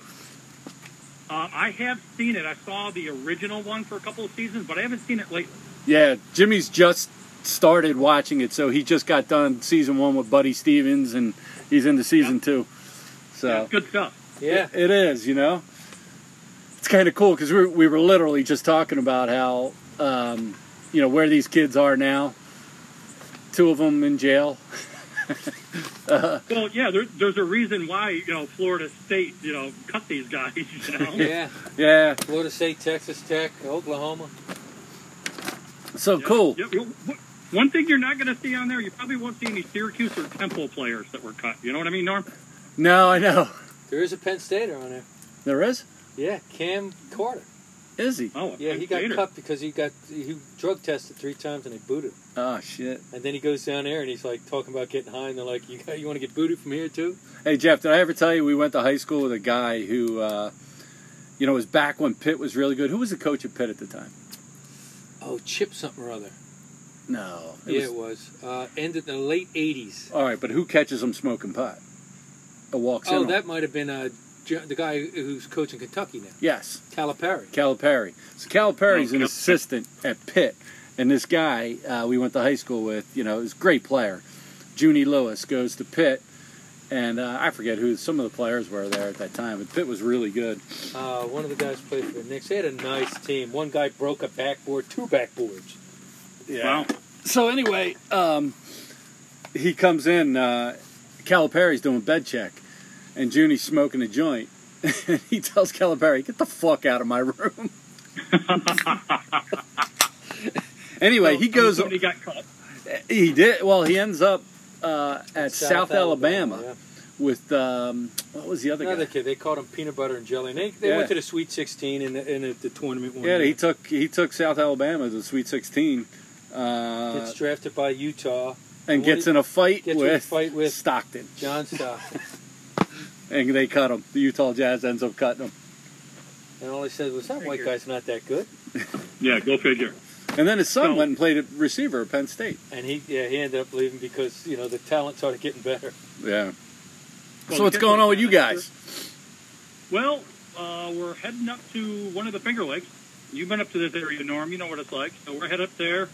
Speaker 1: Uh, I have seen it. I saw the original one for a couple of seasons, but I haven't seen it lately.
Speaker 2: Yeah, Jimmy's just started watching it, so he just got done season one with Buddy Stevens, and he's into season two.
Speaker 1: Yeah,
Speaker 2: So
Speaker 1: it's good stuff.
Speaker 3: Yeah.
Speaker 2: it is, you know. It's kind of cool because we we were literally just talking about how um, you know where these kids are now. Two of them in jail.
Speaker 1: Well, yeah, there, there's a reason why you know Florida State you know cut these guys. You know,
Speaker 3: Yeah.
Speaker 2: Yeah,
Speaker 3: Florida State, Texas Tech, Oklahoma.
Speaker 2: so cool.
Speaker 1: Yeah, yeah, w- one thing you're not going to see on there, you probably won't see any Syracuse or Temple players that were cut. You know what I mean, Norm?
Speaker 2: No, I know
Speaker 3: There is a Penn Stater on there.
Speaker 2: there is.
Speaker 3: Yeah, Cam Carter.
Speaker 2: Is he?
Speaker 1: Oh,
Speaker 3: Yeah, he got
Speaker 1: Gator.
Speaker 3: cut because he got he drug tested three times and they booted him.
Speaker 2: Oh shit.
Speaker 3: And then he goes down there and he's like talking about getting high, and they're like, "You got, you want to get booted from here too?"
Speaker 2: Hey Jeff, did I ever tell you we went to high school with a guy who, uh, you know, was back when Pitt was really good. Who was the coach at Pitt at the time?
Speaker 3: Oh, Chip something or other.
Speaker 2: No, it
Speaker 3: yeah,
Speaker 2: was-
Speaker 3: it was. Uh, ended the late Oh, '80s.
Speaker 2: All right, but who catches them smoking pot? Or walks in?
Speaker 3: Oh,
Speaker 2: on-
Speaker 3: that might have been uh, J- the guy who's coaching Kentucky now,
Speaker 2: Yes,
Speaker 3: Calipari.
Speaker 2: Calipari. So Calipari's
Speaker 1: Oh,
Speaker 2: an
Speaker 1: Cal-
Speaker 2: assistant at Pitt, and this guy uh, we went to high school with, you know, is a great player. Junie Lewis goes to Pitt, and uh, I forget who some of the players were there at that time, but Pitt was really good.
Speaker 3: Uh, one of the guys played for the Knicks. They had a nice team. One guy broke a backboard, two backboards.
Speaker 2: Yeah.
Speaker 1: Wow.
Speaker 2: So anyway, um, he comes in. Uh, Calipari's doing bed check, and Junie's smoking a joint. And he tells Calipari, "Get the fuck out of my room." anyway, he goes.
Speaker 1: He got caught.
Speaker 2: He did. Well, he ends up uh, at South, Alabama,
Speaker 3: yeah.
Speaker 2: with um, what was the other
Speaker 3: Another
Speaker 2: guy?
Speaker 3: kid. They called him peanut butter and jelly. And they they
Speaker 2: Yeah.
Speaker 3: went to the Sweet 16 in the, in the, the tournament one.
Speaker 2: Yeah,
Speaker 3: year.
Speaker 2: he took he took South Alabama to the Sweet Sixteen, uh,
Speaker 3: gets drafted by Utah.
Speaker 2: and gets in a fight
Speaker 3: Gets in a
Speaker 2: with
Speaker 3: fight with-
Speaker 2: Stockton,
Speaker 3: John Stockton.
Speaker 2: and they cut him. The Utah Jazz ends up cutting him.
Speaker 3: and all he said was, that white
Speaker 1: Figure.
Speaker 3: guy's not that good.
Speaker 1: Yeah, go figure.
Speaker 2: And then his son
Speaker 1: No.
Speaker 2: went and played at receiver at Penn State.
Speaker 3: And he yeah he ended up leaving because you know the talent started getting better.
Speaker 2: Yeah.
Speaker 1: Well,
Speaker 2: so what's going on with you guys?
Speaker 1: Well, uh, we're heading up to one of the Finger Lakes. You've been up to this area, Norm. You know what it's like. So we're head up there,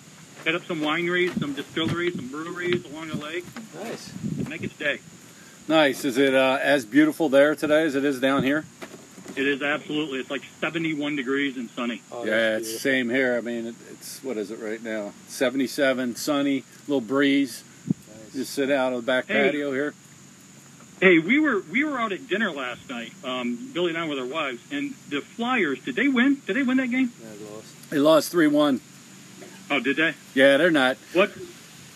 Speaker 1: head up some wineries, some distilleries, some breweries along the lake.
Speaker 3: Nice.
Speaker 1: Make it stay.
Speaker 2: Nice. Is it uh, as beautiful there today as it is down here?
Speaker 1: It is absolutely. It's like 71 degrees and sunny.
Speaker 3: Oh,
Speaker 2: yeah,
Speaker 3: that's
Speaker 2: it's the same here. I mean, it, it's what is it right now? Seventy-seven, sunny, little breeze.
Speaker 3: beautiful. Nice.
Speaker 2: Just sit out on the back
Speaker 1: Hey.
Speaker 2: patio here.
Speaker 1: Hey, we were we were out at dinner last night, um, Billy and I with our wives, and the Flyers. Did they win? Did they win that game?
Speaker 3: Yeah, I lost.
Speaker 2: They lost three-one.
Speaker 1: Oh, did they?
Speaker 2: Yeah, they're not.
Speaker 1: What?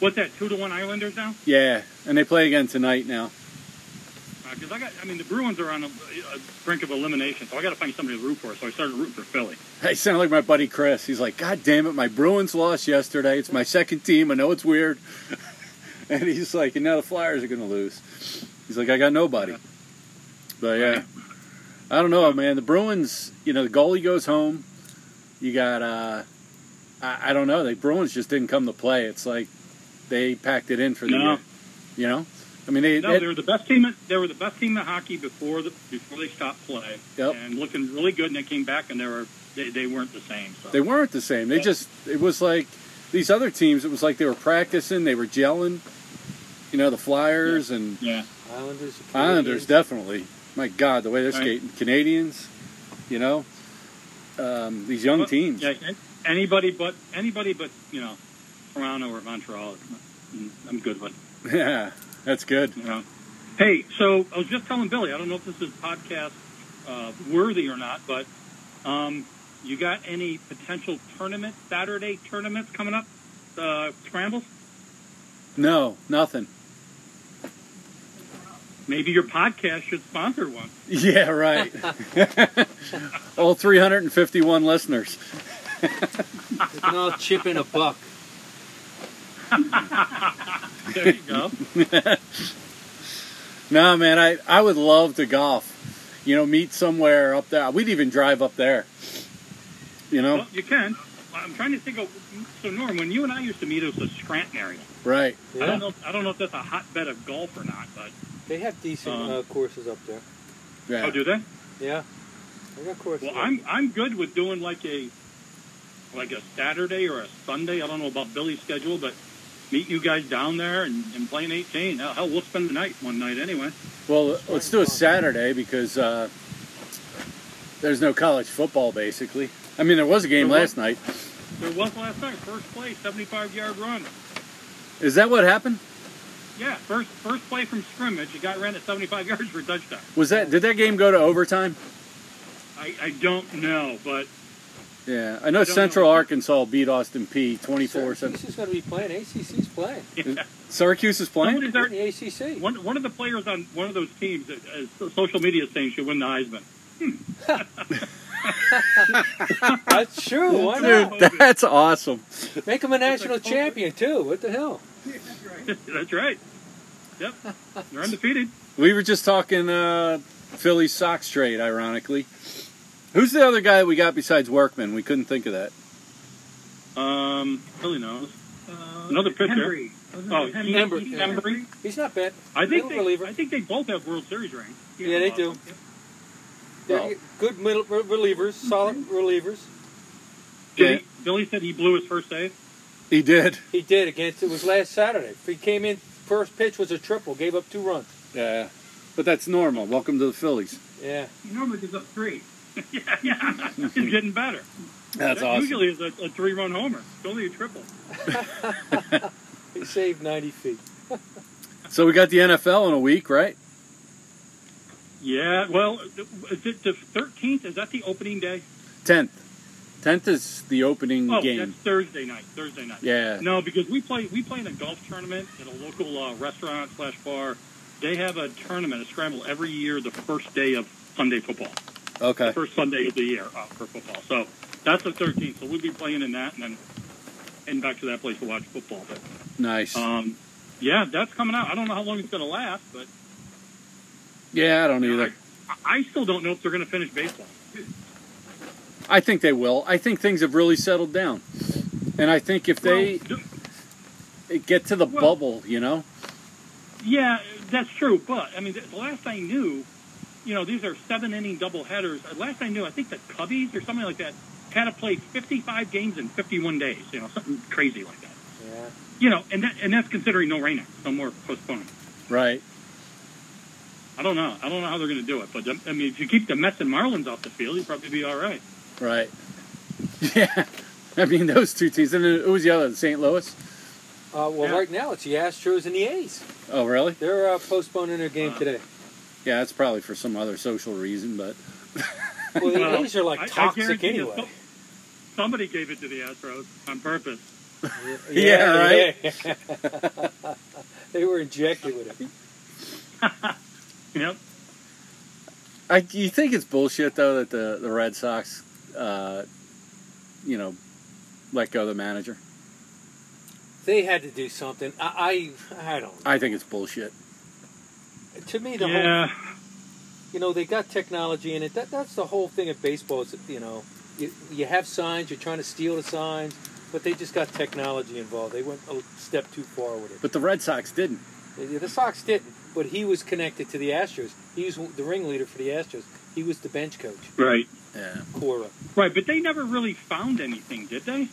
Speaker 1: What's that? Two to one Islanders now?
Speaker 2: Yeah, and they play again tonight now.
Speaker 1: Because Uh, I got. I mean, the Bruins are on a, a brink of elimination, so I got to find somebody to root for. So I started rooting for Philly.
Speaker 2: I sound like my buddy Chris. He's like, God damn it, my Bruins lost yesterday. It's my second team. I know it's weird. and he's like, and now the Flyers are going to lose. He's like, I got nobody. But yeah, I don't know, man. The Bruins, you know, the goalie goes home. You got, uh, I, I don't know. The Bruins just didn't come to play. It's like they packed it in for the
Speaker 1: No.
Speaker 2: year. You know? I mean, they,
Speaker 1: No,
Speaker 2: they-
Speaker 1: they were the best team. They were the best team in hockey before the before they stopped play,
Speaker 2: Yep.
Speaker 1: and looking really good. And they came back, and they were they, they weren't the same. So
Speaker 2: They weren't the same. They
Speaker 1: Yeah.
Speaker 2: just it was like these other teams. It was like they were practicing. They were gelling. You know the Flyers and
Speaker 1: yeah,
Speaker 3: Islanders. the
Speaker 2: Islanders
Speaker 3: Canadiens.
Speaker 2: definitely. My God, the way they're
Speaker 1: Right.
Speaker 2: skating. Canadians, you know, um, these young
Speaker 1: Well,
Speaker 2: teams.
Speaker 1: yeah. an- Anybody but anybody but you know Toronto or Montreal. I'm- I'm good with
Speaker 2: Yeah, that's good.
Speaker 1: you know. Hey, so I was just telling Billy. I don't know if this is podcast uh, worthy or not, but um, you got any potential tournament Saturday tournaments coming up? Uh, scrambles?
Speaker 2: No, nothing.
Speaker 1: Maybe your podcast should sponsor one.
Speaker 2: Yeah, right. All 351 listeners.
Speaker 3: They can all chip in a buck.
Speaker 1: There you go.
Speaker 2: No, man, I, I would love to golf. You know, meet somewhere up there. We'd even drive up there. You know,
Speaker 1: Well, you can. I'm trying to think of. So Norm, when you and I used to meet, it was a Scranton area.
Speaker 2: right.
Speaker 1: I
Speaker 3: Yeah.
Speaker 1: don't know. I don't know if that's a hotbed of golf or not, but
Speaker 3: They have decent
Speaker 1: Um,
Speaker 3: uh, courses up there.
Speaker 2: Yeah.
Speaker 1: oh, do they?
Speaker 3: Yeah. They got courses.
Speaker 1: Well,
Speaker 3: up
Speaker 1: I'm I'm good with doing like a like a Saturday or a Sunday. I don't know about Billy's schedule, but meet you guys down there and, and playing 18. Hell, hell, we'll spend the night one night anyway.
Speaker 2: Well, let's do a Saturday because uh, there's no college football basically. I mean, there was a game
Speaker 1: There
Speaker 2: last night.
Speaker 1: There was last night, first play, 75 yard run.
Speaker 2: Is that what happened?
Speaker 1: Yeah, first first play from scrimmage. The guy ran at 75 yards for a touchdown.
Speaker 2: Was that did that game go to overtime?
Speaker 1: I, I don't know, but
Speaker 2: Yeah, I know
Speaker 1: I don't
Speaker 2: Central
Speaker 1: know.
Speaker 2: Arkansas beat Austin P 24
Speaker 3: Syracuse is going to be playing. ACC's playing.
Speaker 2: Syracuse is playing.
Speaker 1: Somebody's They're-
Speaker 3: In the ACC.
Speaker 1: one one of the players on one of those teams, that, uh, so- social media is saying should win the Heisman.
Speaker 3: That's true. Uh, Why not?
Speaker 2: Dude, that's awesome.
Speaker 3: Make him a national
Speaker 1: like-
Speaker 3: champion too. What the hell?
Speaker 1: That's right. Yep, they're undefeated.
Speaker 2: We were just talking uh, Philly socks trade, ironically. Who's the other guy we got besides Workman? We couldn't think of that.
Speaker 1: Um, Billy knows.
Speaker 4: Uh,
Speaker 1: Another pitcher.
Speaker 4: Henry. Wasn't
Speaker 1: Oh,
Speaker 4: it
Speaker 1: Henry.
Speaker 3: Henry.
Speaker 1: Henry.
Speaker 3: He's not bad.
Speaker 1: I think
Speaker 3: Middle
Speaker 1: they,
Speaker 3: reliever.
Speaker 1: I think they both have World Series rings.
Speaker 3: Yeah, they do. They're
Speaker 2: Well-
Speaker 3: good middle re- relievers, solid
Speaker 1: Mm-hmm.
Speaker 3: relievers.
Speaker 1: Billy,
Speaker 2: Yeah.
Speaker 1: Billy said he blew his first save.
Speaker 2: He did.
Speaker 3: He did against. It was last Saturday. He came in. First pitch was a triple. Gave up two runs.
Speaker 2: Yeah, but that's normal. Welcome to the Phillies.
Speaker 3: Yeah.
Speaker 4: He normally gives up three.
Speaker 1: yeah, yeah, he's getting better.
Speaker 2: That's
Speaker 1: that
Speaker 2: awesome.
Speaker 1: usually is a, a three-run homer. It's only a triple.
Speaker 3: He saved 90 feet.
Speaker 2: So we got the NFL in a week, right?
Speaker 1: Yeah. Well, is it the thirteenth? Is that the opening day?
Speaker 2: Tenth. Tenth is the opening
Speaker 1: Oh, that's
Speaker 2: game.
Speaker 1: Thursday night. Thursday night.
Speaker 2: Yeah.
Speaker 1: No, because we play we play in a golf tournament at a local uh, restaurant slash bar. They have a tournament, a scramble every year, the first day of Sunday football,
Speaker 2: Okay.
Speaker 1: first Sunday of the year uh, for football. So that's the 13th. So we'll be playing in that, and then heading back to that place to watch football. But
Speaker 2: Nice.
Speaker 1: um, yeah, that's coming out. I don't know how long it's going to last, but
Speaker 2: yeah, I don't either.
Speaker 1: I, I still don't know if they're going to finish baseball.
Speaker 2: I think they will. I think things have really settled down, and I think if they
Speaker 1: Well,
Speaker 2: get to the
Speaker 1: well-
Speaker 2: bubble, you know.
Speaker 1: Yeah, that's true. But I mean, the the last I knew, you know, these are seven inning double headers. Last I knew, I think the Cubbies or something like that had to play 55 games in 51 days. You know, something crazy like that.
Speaker 3: Yeah.
Speaker 1: You know, and that, and that's considering no rain, no more postponing.
Speaker 2: Right.
Speaker 1: I don't know. I don't know how they're going to do it. But I mean, if you keep the Mets and Marlins off the field, you'd probably be all right.
Speaker 2: Right. Yeah. I mean, those two teams. And then who was the other? St. Louis?
Speaker 3: Uh, well,
Speaker 1: Yeah.
Speaker 3: right now it's the Astros and the A's.
Speaker 2: Oh, really?
Speaker 3: They're uh, postponing their game
Speaker 1: Wow.
Speaker 3: today.
Speaker 2: Yeah, that's probably for some other social reason, but
Speaker 3: Well, the
Speaker 1: Well,
Speaker 3: A's are
Speaker 1: I- I
Speaker 3: like toxic
Speaker 1: guarantee you
Speaker 3: anyway.
Speaker 1: some- Somebody gave it to the Astros on purpose.
Speaker 2: Yeah, right?
Speaker 3: yeah. they were injected with it.
Speaker 1: Yep.
Speaker 2: I, you think it's bullshit though that the the Red Sox, uh, you know, let go of the manager.
Speaker 3: They had to do something. I, I, I don't.
Speaker 2: I think it's bullshit.
Speaker 3: know. To me, the whole
Speaker 1: Yeah.
Speaker 3: you know they got technology in it. That that's the whole thing of baseball. Is you know, you, you have signs. You're trying to steal the signs, but they just got technology involved. They went a step too far with it.
Speaker 2: But the Red Sox didn't.
Speaker 3: The- The Sox didn't, but he was connected to the Astros. He was the ringleader for the Astros. He was the bench coach,
Speaker 1: Right.
Speaker 2: Yeah.
Speaker 3: Cora.
Speaker 1: Right. But they never really found anything, did they?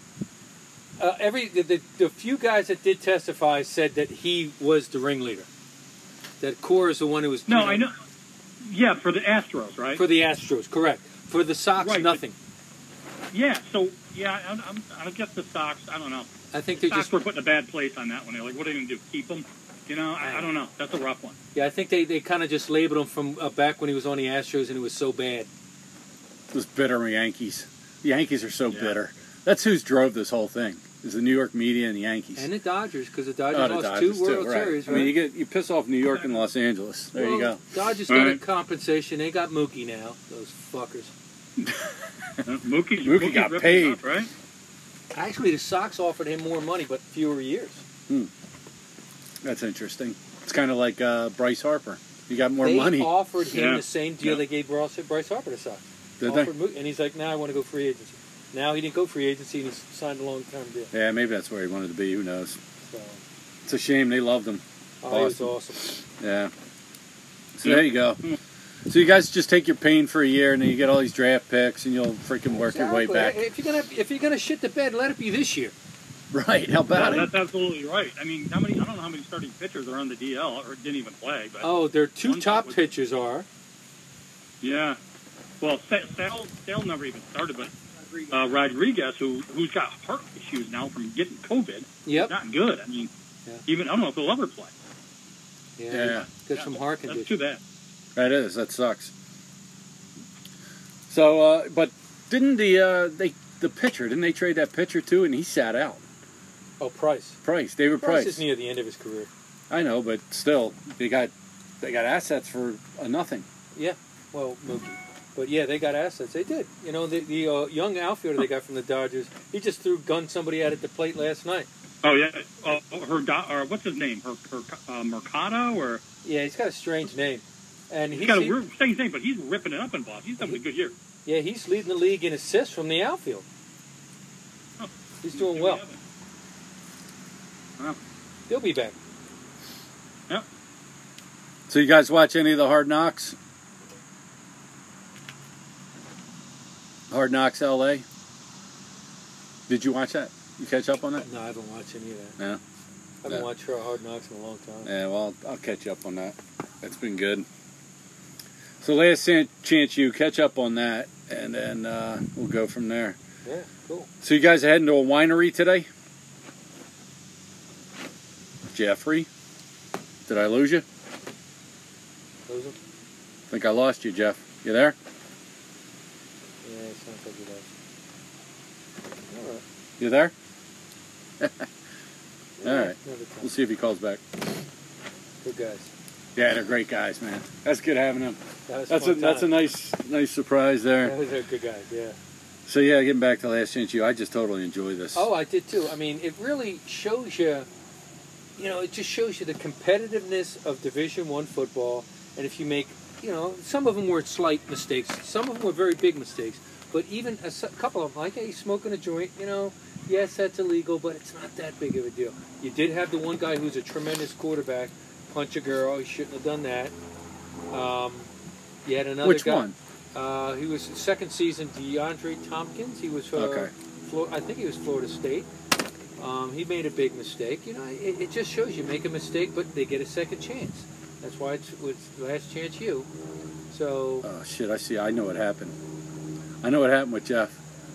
Speaker 3: Uh, every the, the, the few guys that did testify said that he was the ringleader. That Cora is the one who was.
Speaker 1: No, I know. Yeah, for the Astros, right?
Speaker 3: For the Astros, correct. For the Sox,
Speaker 1: Right, but-
Speaker 3: nothing.
Speaker 1: yeah. So yeah, I, I'm, I guess the Sox. I don't know.
Speaker 3: I think
Speaker 1: The
Speaker 3: they
Speaker 1: Sox
Speaker 3: just
Speaker 1: were put in a bad place on that one. They're like, what are you going to do? Keep them? You know, I, I don't know. That's a rough one.
Speaker 3: Yeah, I think they, they kind of just labeled him from uh, back when he was on the Astros and it was so bad.
Speaker 2: Those bitter Yankees. The Yankees are so
Speaker 1: Yeah.
Speaker 2: bitter. That's who's drove this whole thing. Is the New York media and the Yankees.
Speaker 3: And the Dodgers, because the Dodgers
Speaker 2: Oh, the
Speaker 3: lost
Speaker 2: Dodgers,
Speaker 3: two World
Speaker 2: too, right.
Speaker 3: Series.
Speaker 2: I
Speaker 3: Right?
Speaker 2: mean, you get you piss off New York and Los Angeles. There you
Speaker 3: Well,
Speaker 2: go.
Speaker 3: Dodgers
Speaker 1: All
Speaker 3: got
Speaker 1: right.
Speaker 3: a compensation. They got Mookie now. Those fuckers.
Speaker 1: Uh, Mookie,
Speaker 2: Mookie got
Speaker 1: ripped
Speaker 2: paid.
Speaker 1: it up, right?
Speaker 3: Actually, the Sox offered him more money, but fewer years.
Speaker 2: That's interesting. It's kind of like uh, Bryce Harper. You got more
Speaker 3: they
Speaker 2: money.
Speaker 3: offered him
Speaker 1: Yeah.
Speaker 3: the same deal
Speaker 1: Yeah.
Speaker 3: they gave Bryce, Bryce Harper to Sox.
Speaker 2: did they?
Speaker 3: offered Mookie, and he's like, "Now I want to go free agency." Now he didn't go free agency, and he s- signed a long-term deal.
Speaker 2: Yeah, maybe that's where he wanted to be. Who knows?
Speaker 3: So,
Speaker 2: It's a shame. They loved him.
Speaker 3: oh, he was
Speaker 2: Awesome.
Speaker 3: awesome.
Speaker 2: Yeah. So
Speaker 1: Yeah. Hmm.
Speaker 2: there you go. So you guys just take your pain for a year, and then you get all these draft picks, and you'll freaking work your way
Speaker 3: Exactly.
Speaker 2: back.
Speaker 3: If you're gonna if you're gonna shit the bed, let it be this year.
Speaker 2: Right? How about
Speaker 1: No,
Speaker 2: it?
Speaker 1: that's absolutely right. I mean, how many? I don't know how many starting pitchers are on the DL or didn't even play. But
Speaker 3: Oh, their two
Speaker 1: One
Speaker 3: top
Speaker 1: was-
Speaker 3: pitchers are.
Speaker 1: yeah. Well, Sa- Sal, Sal never even started, but uh, Rodriguez, who who's got heart issues now from getting COVID,
Speaker 3: Yep.
Speaker 1: not good. I mean,
Speaker 3: Yeah.
Speaker 1: even I don't know if he'll ever play.
Speaker 3: Yeah.
Speaker 2: Yeah.
Speaker 3: Got
Speaker 1: Yeah,
Speaker 3: some heart
Speaker 1: That's
Speaker 3: condition.
Speaker 1: too bad.
Speaker 2: That is. That sucks. So, uh, but didn't the uh, they the pitcher? Didn't they trade that pitcher too? And he sat out.
Speaker 3: Oh, Price.
Speaker 2: Price, David
Speaker 3: Price
Speaker 2: Price.
Speaker 3: is near the end of his career.
Speaker 2: I know, but still, they got they got assets for a nothing.
Speaker 3: Well, Mookie. But yeah, they got assets. They did. You know, the, the uh, young outfielder they got from the Dodgers, he just threw gunned somebody out at the plate last night.
Speaker 1: Oh yeah, uh, her do- or what's his name? Her, her uh, Mercado or
Speaker 3: Yeah, he's got a strange name, and
Speaker 1: he's
Speaker 3: he's
Speaker 1: got a weird strange name, but he's ripping it up in Boston. He's having a good year.
Speaker 3: yeah he's leading the league in assists from the outfield.
Speaker 1: Oh.
Speaker 3: He's doing well. He'll be back.
Speaker 2: So you guys watch any of the Hard Knocks? Hard Knocks LA. Did you watch that? You catch up on that?
Speaker 3: No, I haven't watched any of that.
Speaker 2: Yeah.
Speaker 3: I haven't
Speaker 2: Yeah.
Speaker 3: watched Hard Knocks in a long time.
Speaker 2: Yeah, well, I'll catch up on that. That's been good. So last san- chance you catch up on that, and then uh, we'll go from there.
Speaker 3: Yeah, cool.
Speaker 2: So you guys are heading to a winery today? Jeffrey? Did I lose you?
Speaker 3: Those are,
Speaker 2: think I lost you, Jeff. You there?
Speaker 3: yeah, it sounds like you guys. All right.
Speaker 2: You there?
Speaker 3: Yeah,
Speaker 2: All right.
Speaker 3: Another time.
Speaker 2: We'll see if he calls back.
Speaker 3: Good guys.
Speaker 2: Yeah, they're great guys, man. That's good having them.
Speaker 3: That was
Speaker 2: That's a
Speaker 3: fun
Speaker 2: that's a
Speaker 3: time.
Speaker 2: nice nice surprise there.
Speaker 3: Those are good guys. Yeah.
Speaker 2: So yeah, getting back to last chance you, I just totally enjoy this.
Speaker 3: Oh, I did too. I mean, it really shows you, you know, it just shows you the competitiveness of Division One football. And if you make, you know, some of them were slight mistakes, some of them were very big mistakes. But even a s- couple of them, like, hey, smoking a joint, you know, yes, that's illegal, but it's not that big of a deal. You did have the one guy who's a tremendous quarterback punch a girl. He shouldn't have done that. Um, you had another
Speaker 2: Which
Speaker 3: guy.
Speaker 2: one?
Speaker 3: Uh, he was second season DeAndre Tompkins. He was uh,
Speaker 2: Okay.
Speaker 3: Flo- I think he was Florida State. Um, he made a big mistake. You know, it, it just shows you make a mistake, but they get a second chance. That's why it's, it's last chance you. So
Speaker 2: Oh shit! I see. I know what happened. I know what happened with Jeff.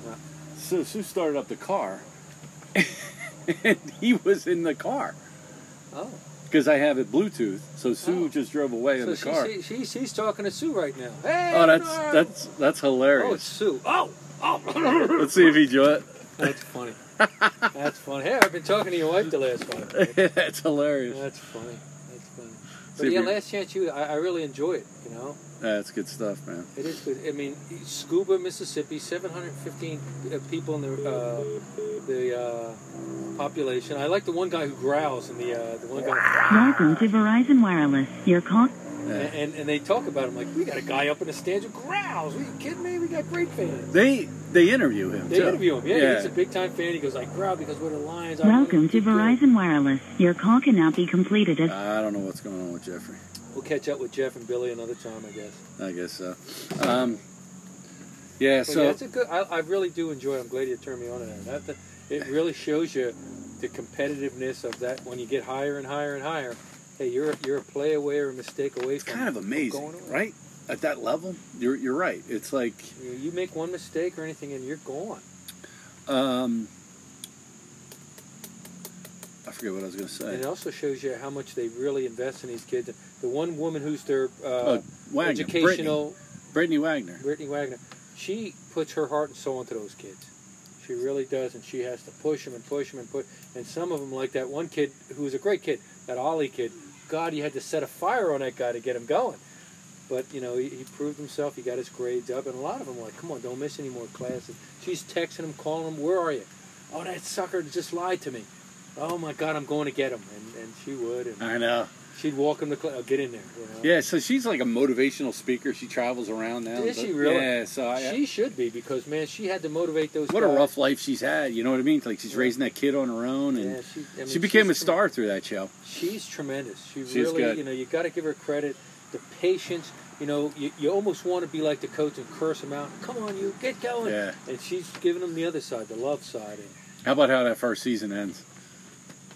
Speaker 3: What?
Speaker 2: So Sue started up the car, and he was in the car
Speaker 3: oh,
Speaker 2: because I have it Bluetooth. So Sue
Speaker 3: Oh.
Speaker 2: just drove away in
Speaker 3: so
Speaker 2: the
Speaker 3: she,
Speaker 2: car.
Speaker 3: she, she, she's talking to Sue right now. Hey,
Speaker 2: oh, that's
Speaker 3: Bernard!
Speaker 2: that's that's
Speaker 3: oh, it's
Speaker 2: hilarious.
Speaker 3: Sue. Oh, oh,
Speaker 2: Let's see if he do it.
Speaker 3: that's funny. That's funny. Hey, I've been talking to your wife the last five minutes.
Speaker 2: that's hilarious.
Speaker 3: That's funny. That's funny.
Speaker 2: See
Speaker 3: But
Speaker 2: if
Speaker 3: yeah,
Speaker 2: you-
Speaker 3: last chance you. I, I really enjoy it. You know.
Speaker 2: That's good stuff, man.
Speaker 3: It is good. I mean, Scuba, Mississippi, 715 uh, people in the uh, the uh, population. I like the one guy who growls in the uh, the one guy,
Speaker 4: Welcome to Verizon Wireless. Your call.
Speaker 2: Yeah.
Speaker 3: and, and they talk about him like we got a guy up in the stands who growls. Are you kidding me? We got great fans.
Speaker 2: They they interview him.
Speaker 3: They
Speaker 2: too.
Speaker 3: interview him. Yeah, he's a big time fan. He goes, I growl because we're the Lions. I really
Speaker 4: Welcome to
Speaker 3: keep doing it."
Speaker 4: Verizon Wireless. Your call cannot be completed at
Speaker 2: I don't know what's going on with Jeffrey.
Speaker 3: We'll catch up with Jeff and Billy another time, I guess.
Speaker 2: I guess so. Um, yeah.
Speaker 3: But
Speaker 2: So
Speaker 3: yeah, it's a good. I, I really do enjoy. it. I'm glad you turned me on to that. that that- it really shows you the competitiveness of that when you get higher and higher and higher. Hey, you're you're a play away or a mistake away
Speaker 2: it's
Speaker 3: from.
Speaker 2: kind of
Speaker 3: from going
Speaker 2: amazing,
Speaker 3: away.
Speaker 2: right? At that level, you're you're right. It's like
Speaker 3: You, you make one mistake or anything, and you're gone.
Speaker 2: Um, I forget what I was going to say.
Speaker 3: And it also shows you how much they really invest in these kids. The one woman who's their uh,
Speaker 2: oh, Wagner,
Speaker 3: educational
Speaker 2: Brittany, Brittany Wagner.
Speaker 3: Brittany Wagner, she puts her heart and soul into those kids. She really does, and she has to push them and push them and put. And some of them, like that one kid who was a great kid, that Ollie kid. God, you had to set a fire on that guy to get him going. But you know, he, he proved himself. He got his grades up, and a lot of them were like, "Come on, don't miss any more classes." She's texting him, calling him, "Where are you?" Oh, that sucker just lied to me. Oh my God, I'm going to get him, and, and she would, and
Speaker 2: I know.
Speaker 3: she'd walk him to class. Oh, get in there. You know?
Speaker 2: Yeah, so she's like a motivational speaker. She travels around now.
Speaker 3: Is
Speaker 2: but-
Speaker 3: she really?
Speaker 2: Yeah. So I,
Speaker 3: She should be because man, she had to motivate those.
Speaker 2: what a
Speaker 3: guys.
Speaker 2: rough life she's had. You know what I mean? Like she's
Speaker 3: Yeah.
Speaker 2: raising that kid on her own, and
Speaker 3: Yeah, she, I mean,
Speaker 2: she became a
Speaker 3: she's trem-
Speaker 2: star through that show.
Speaker 3: She's tremendous. She
Speaker 2: She's
Speaker 3: really,
Speaker 2: good.
Speaker 3: you know, you got to give her credit. The patience, you know, you, you almost want to be like the coach and curse him out. Come on, you get going.
Speaker 2: Yeah.
Speaker 3: And she's giving him the other side, the love side. And,
Speaker 2: How about how that first season ends?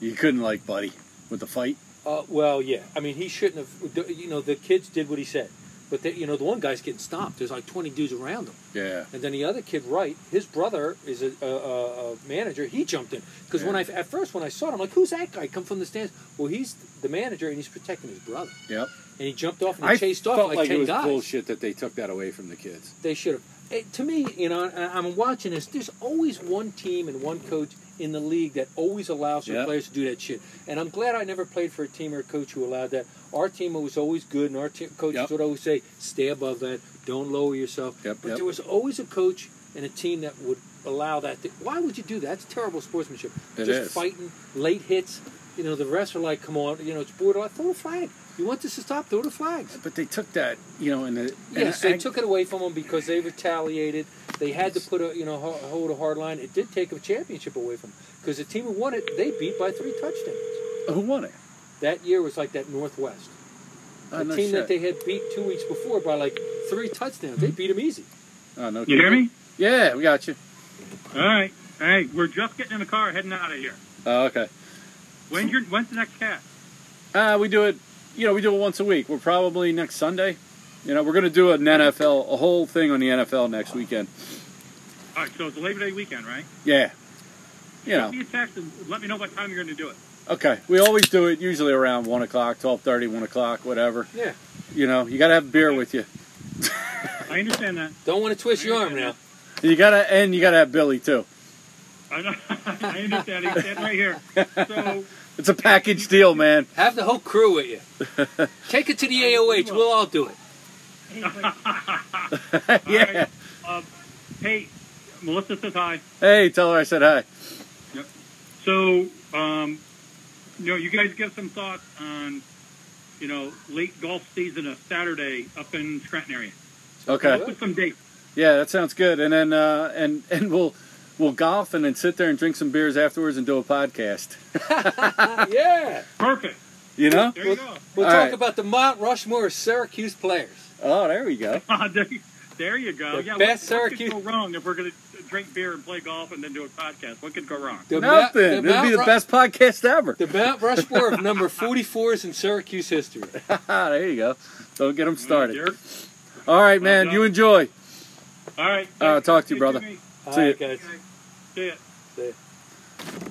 Speaker 2: You couldn't like Buddy with the fight.
Speaker 3: uh, well, yeah. I mean, he shouldn't have. You know, the kids did what he said, but they, you know, the one guy's getting stopped. There's like 20 dudes around him.
Speaker 2: Yeah.
Speaker 3: And then the other kid, Wright, his brother is a, a, a, a manager. He jumped in because when I
Speaker 2: Yeah.
Speaker 3: at first when I saw it, I'm like, "Who's that guy?" Come from the stands. Well, he's the manager, and he's protecting his brother.
Speaker 2: Yep.
Speaker 3: And he jumped off and he
Speaker 2: I
Speaker 3: chased
Speaker 2: felt
Speaker 3: off like,
Speaker 2: like
Speaker 3: ten
Speaker 2: it was
Speaker 3: guys.
Speaker 2: bullshit that they took that away from the kids.
Speaker 3: They should have. It, to me, you know, and I'm watching this. There's always one team and one coach in the league that always allows their
Speaker 2: Yep.
Speaker 3: players to do that shit. And I'm glad I never played for a team or a coach who allowed that. Our team was always good, and our team, coaches
Speaker 2: Yep.
Speaker 3: would always say, "Stay above that. Don't lower yourself."
Speaker 2: Yep,
Speaker 3: but
Speaker 2: yep.
Speaker 3: there was always a coach and a team that would allow that. To, why would you do that? That's terrible sportsmanship.
Speaker 2: It
Speaker 3: Just
Speaker 2: is.
Speaker 3: fighting, late hits. You know, the refs are like, "Come on, you know, it's borderline. Throw the flag. You want this to stop? Throw the flags."
Speaker 2: But they took that, you know, and the and
Speaker 3: Yes,
Speaker 2: the-
Speaker 3: they took it away from them because they retaliated. They had to put a you know ho- hold a hard line. It did take a championship away from them because the team who won it they beat by three touchdowns.
Speaker 2: who won it?
Speaker 3: That year was like that Northwest, the
Speaker 2: Oh, no
Speaker 3: team
Speaker 2: shit.
Speaker 3: that they had beat two weeks before by like three touchdowns. They beat them easy.
Speaker 2: Oh, no
Speaker 1: You hear me?
Speaker 2: Yeah, we got you.
Speaker 1: All right, all right. We're just getting in the car, heading out of here.
Speaker 2: Oh, okay.
Speaker 1: When's your when's the next cast?
Speaker 2: Uh, we do it, you know, we do it once a week. We're probably next Sunday. You know, we're going to do an NFL, a whole thing on the NFL next weekend.
Speaker 1: All right, so it's Labor Day weekend, right?
Speaker 2: Yeah. You know,
Speaker 1: Send me a text and let me know what time you're going to do it.
Speaker 2: okay. We always do it usually around 1 o'clock, 12.30, 1 o'clock, whatever.
Speaker 3: Yeah.
Speaker 2: You know, you got to have beer with you.
Speaker 1: I understand that.
Speaker 3: Don't want to twist your arm now.
Speaker 1: Understand
Speaker 2: You got to, and you got to have Billy, too.
Speaker 1: I, know- I understand. He's standing right here. So
Speaker 2: It's a package deal, man.
Speaker 3: Have the whole crew with you. Take it to the AOH. We'll all do it.
Speaker 2: yeah.
Speaker 1: Um, hey, Melissa says hi.
Speaker 2: Hey, tell her I said hi.
Speaker 1: So, um, you know, you guys give some thoughts on, you know, late golf season, a Saturday up in Scranton area.
Speaker 2: Okay.
Speaker 1: Put some dates.
Speaker 2: Yeah, that sounds good. And then uh, and and we'll we'll golf and then sit there and drink some beers afterwards and do a podcast.
Speaker 3: yeah.
Speaker 1: Perfect.
Speaker 2: You know?
Speaker 1: There you go.
Speaker 3: We'll
Speaker 2: All
Speaker 3: talk
Speaker 2: right.
Speaker 3: about the Mount Rushmore of Syracuse players.
Speaker 2: Oh, there we go.
Speaker 1: there, you- there you go.
Speaker 3: The
Speaker 1: yeah,
Speaker 3: best
Speaker 1: what, what could
Speaker 3: Syracuse-
Speaker 1: go wrong if we're going to drink beer and play golf and then do a podcast? What could go wrong?
Speaker 3: The Mount-
Speaker 2: Nothing.
Speaker 3: the
Speaker 2: It'd be
Speaker 3: Mount
Speaker 2: the
Speaker 3: Ru-
Speaker 2: best podcast ever.
Speaker 3: The Mount Rushmore of number 44s in Syracuse history.
Speaker 2: Ah, there you go. Don't get them started.
Speaker 1: Derek?
Speaker 2: All right, man. You enjoy.
Speaker 1: All right.
Speaker 2: Uh, talk to you,
Speaker 1: Good
Speaker 2: brother.
Speaker 1: meet
Speaker 3: All
Speaker 2: See
Speaker 3: right,
Speaker 2: ya.
Speaker 3: guys.
Speaker 1: See ya.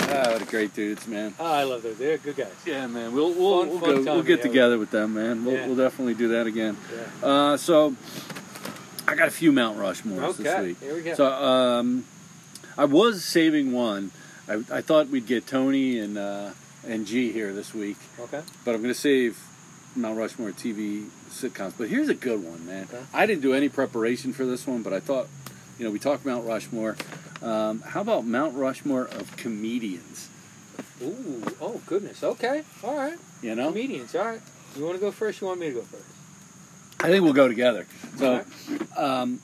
Speaker 2: Ah, what a great dudes, man.
Speaker 3: Oh, I love them. They're good guys.
Speaker 2: Yeah, man. We'll we'll
Speaker 3: Fun,
Speaker 2: we'll,
Speaker 3: fun
Speaker 2: go,
Speaker 3: time
Speaker 2: we'll get
Speaker 3: together.
Speaker 2: together with them, man. We'll,
Speaker 3: Yeah.
Speaker 2: we'll definitely do that again.
Speaker 3: Yeah.
Speaker 2: Uh, so I got a few Mount Rushmores this
Speaker 3: Okay.
Speaker 2: week.
Speaker 3: Here we go.
Speaker 2: So um, I was saving one. I, I thought we'd get Tony and uh, and G here this week,
Speaker 3: okay.
Speaker 2: but I'm going to save Mount Rushmore TV sitcoms. But here's a good one, man.
Speaker 3: Okay.
Speaker 2: I didn't do any preparation for this one, but I thought, you know, we talked Mount Rushmore. Um, how about Mount Rushmore of comedians?
Speaker 3: Ooh. Oh, goodness. Okay. All right.
Speaker 2: You know,
Speaker 3: Comedians. All right. You want to go first? You want me to go first?
Speaker 2: I think we'll go together.
Speaker 3: All
Speaker 2: So,
Speaker 3: right.
Speaker 2: um,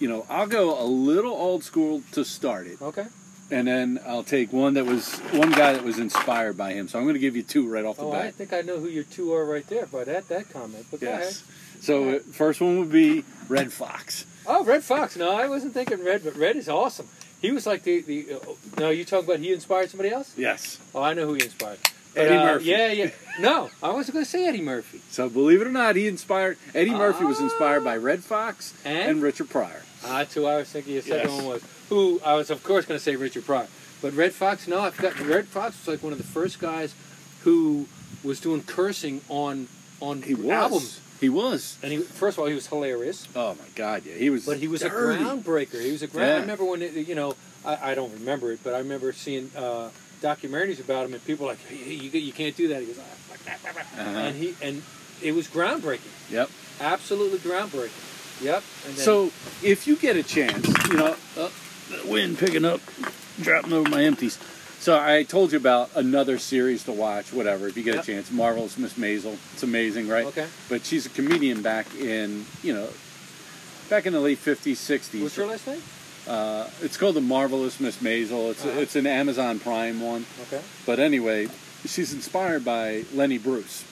Speaker 2: you know, I'll go a little old school to start it.
Speaker 3: Okay.
Speaker 2: and then I'll take one that was one guy that was inspired by him. So I'm going to give you two right off the
Speaker 3: Oh, I
Speaker 2: bat.
Speaker 3: think I know who your two are right there by that that comment. But go ahead.
Speaker 2: yes. So uh, first one would be Red Fox.
Speaker 3: Oh, Red Fox. No, I wasn't thinking Red, but Red is awesome. He was like the the. Uh, no, you talking about he inspired somebody else?
Speaker 2: Yes.
Speaker 3: Oh, I know who he inspired.
Speaker 2: Eddie
Speaker 3: uh,
Speaker 2: Murphy.
Speaker 3: Yeah, yeah. No, I wasn't going to say Eddie Murphy.
Speaker 2: So believe it or not, he inspired Eddie Murphy was inspired by Red Fox
Speaker 3: And?
Speaker 2: and, Richard Pryor.
Speaker 3: Ah, that's who I was thinking the second
Speaker 2: Yes.
Speaker 3: one was. Who I was, of course, going to say Richard Pryor. But Red Fox, no, I forgot. Red Fox was like one of the first guys who was doing cursing on on
Speaker 2: He was.
Speaker 3: albums.
Speaker 2: He was.
Speaker 3: And he, first of all, he was hilarious.
Speaker 2: Oh my God! Yeah, he was.
Speaker 3: But he was
Speaker 2: dirty.
Speaker 3: a groundbreaker. He was a ground. I
Speaker 2: Yeah.
Speaker 3: remember when it, you know I, I don't remember it, but I remember seeing uh, documentaries about him, and people were like hey, you, you can't do that. He goes, ah, fuck that, blah, blah."
Speaker 2: Uh-huh.
Speaker 3: and he and it was groundbreaking,
Speaker 2: Yep.
Speaker 3: absolutely groundbreaking. Yep. And then,
Speaker 2: So if you get a chance, you know, uh, the wind picking up, dropping over my empties. So I told you about another series to watch, whatever. If you get
Speaker 3: Yep.
Speaker 2: a chance, Marvelous Miss Maisel. It's amazing, right?
Speaker 3: Okay.
Speaker 2: But she's a comedian back in you know, back in the late '50s, '60s.
Speaker 3: what's your last name?
Speaker 2: uh, it's called the Marvelous Miss Maisel. It's
Speaker 3: Uh-huh.
Speaker 2: it's an Amazon Prime one.
Speaker 3: Okay.
Speaker 2: But anyway, she's inspired by Lenny Bruce,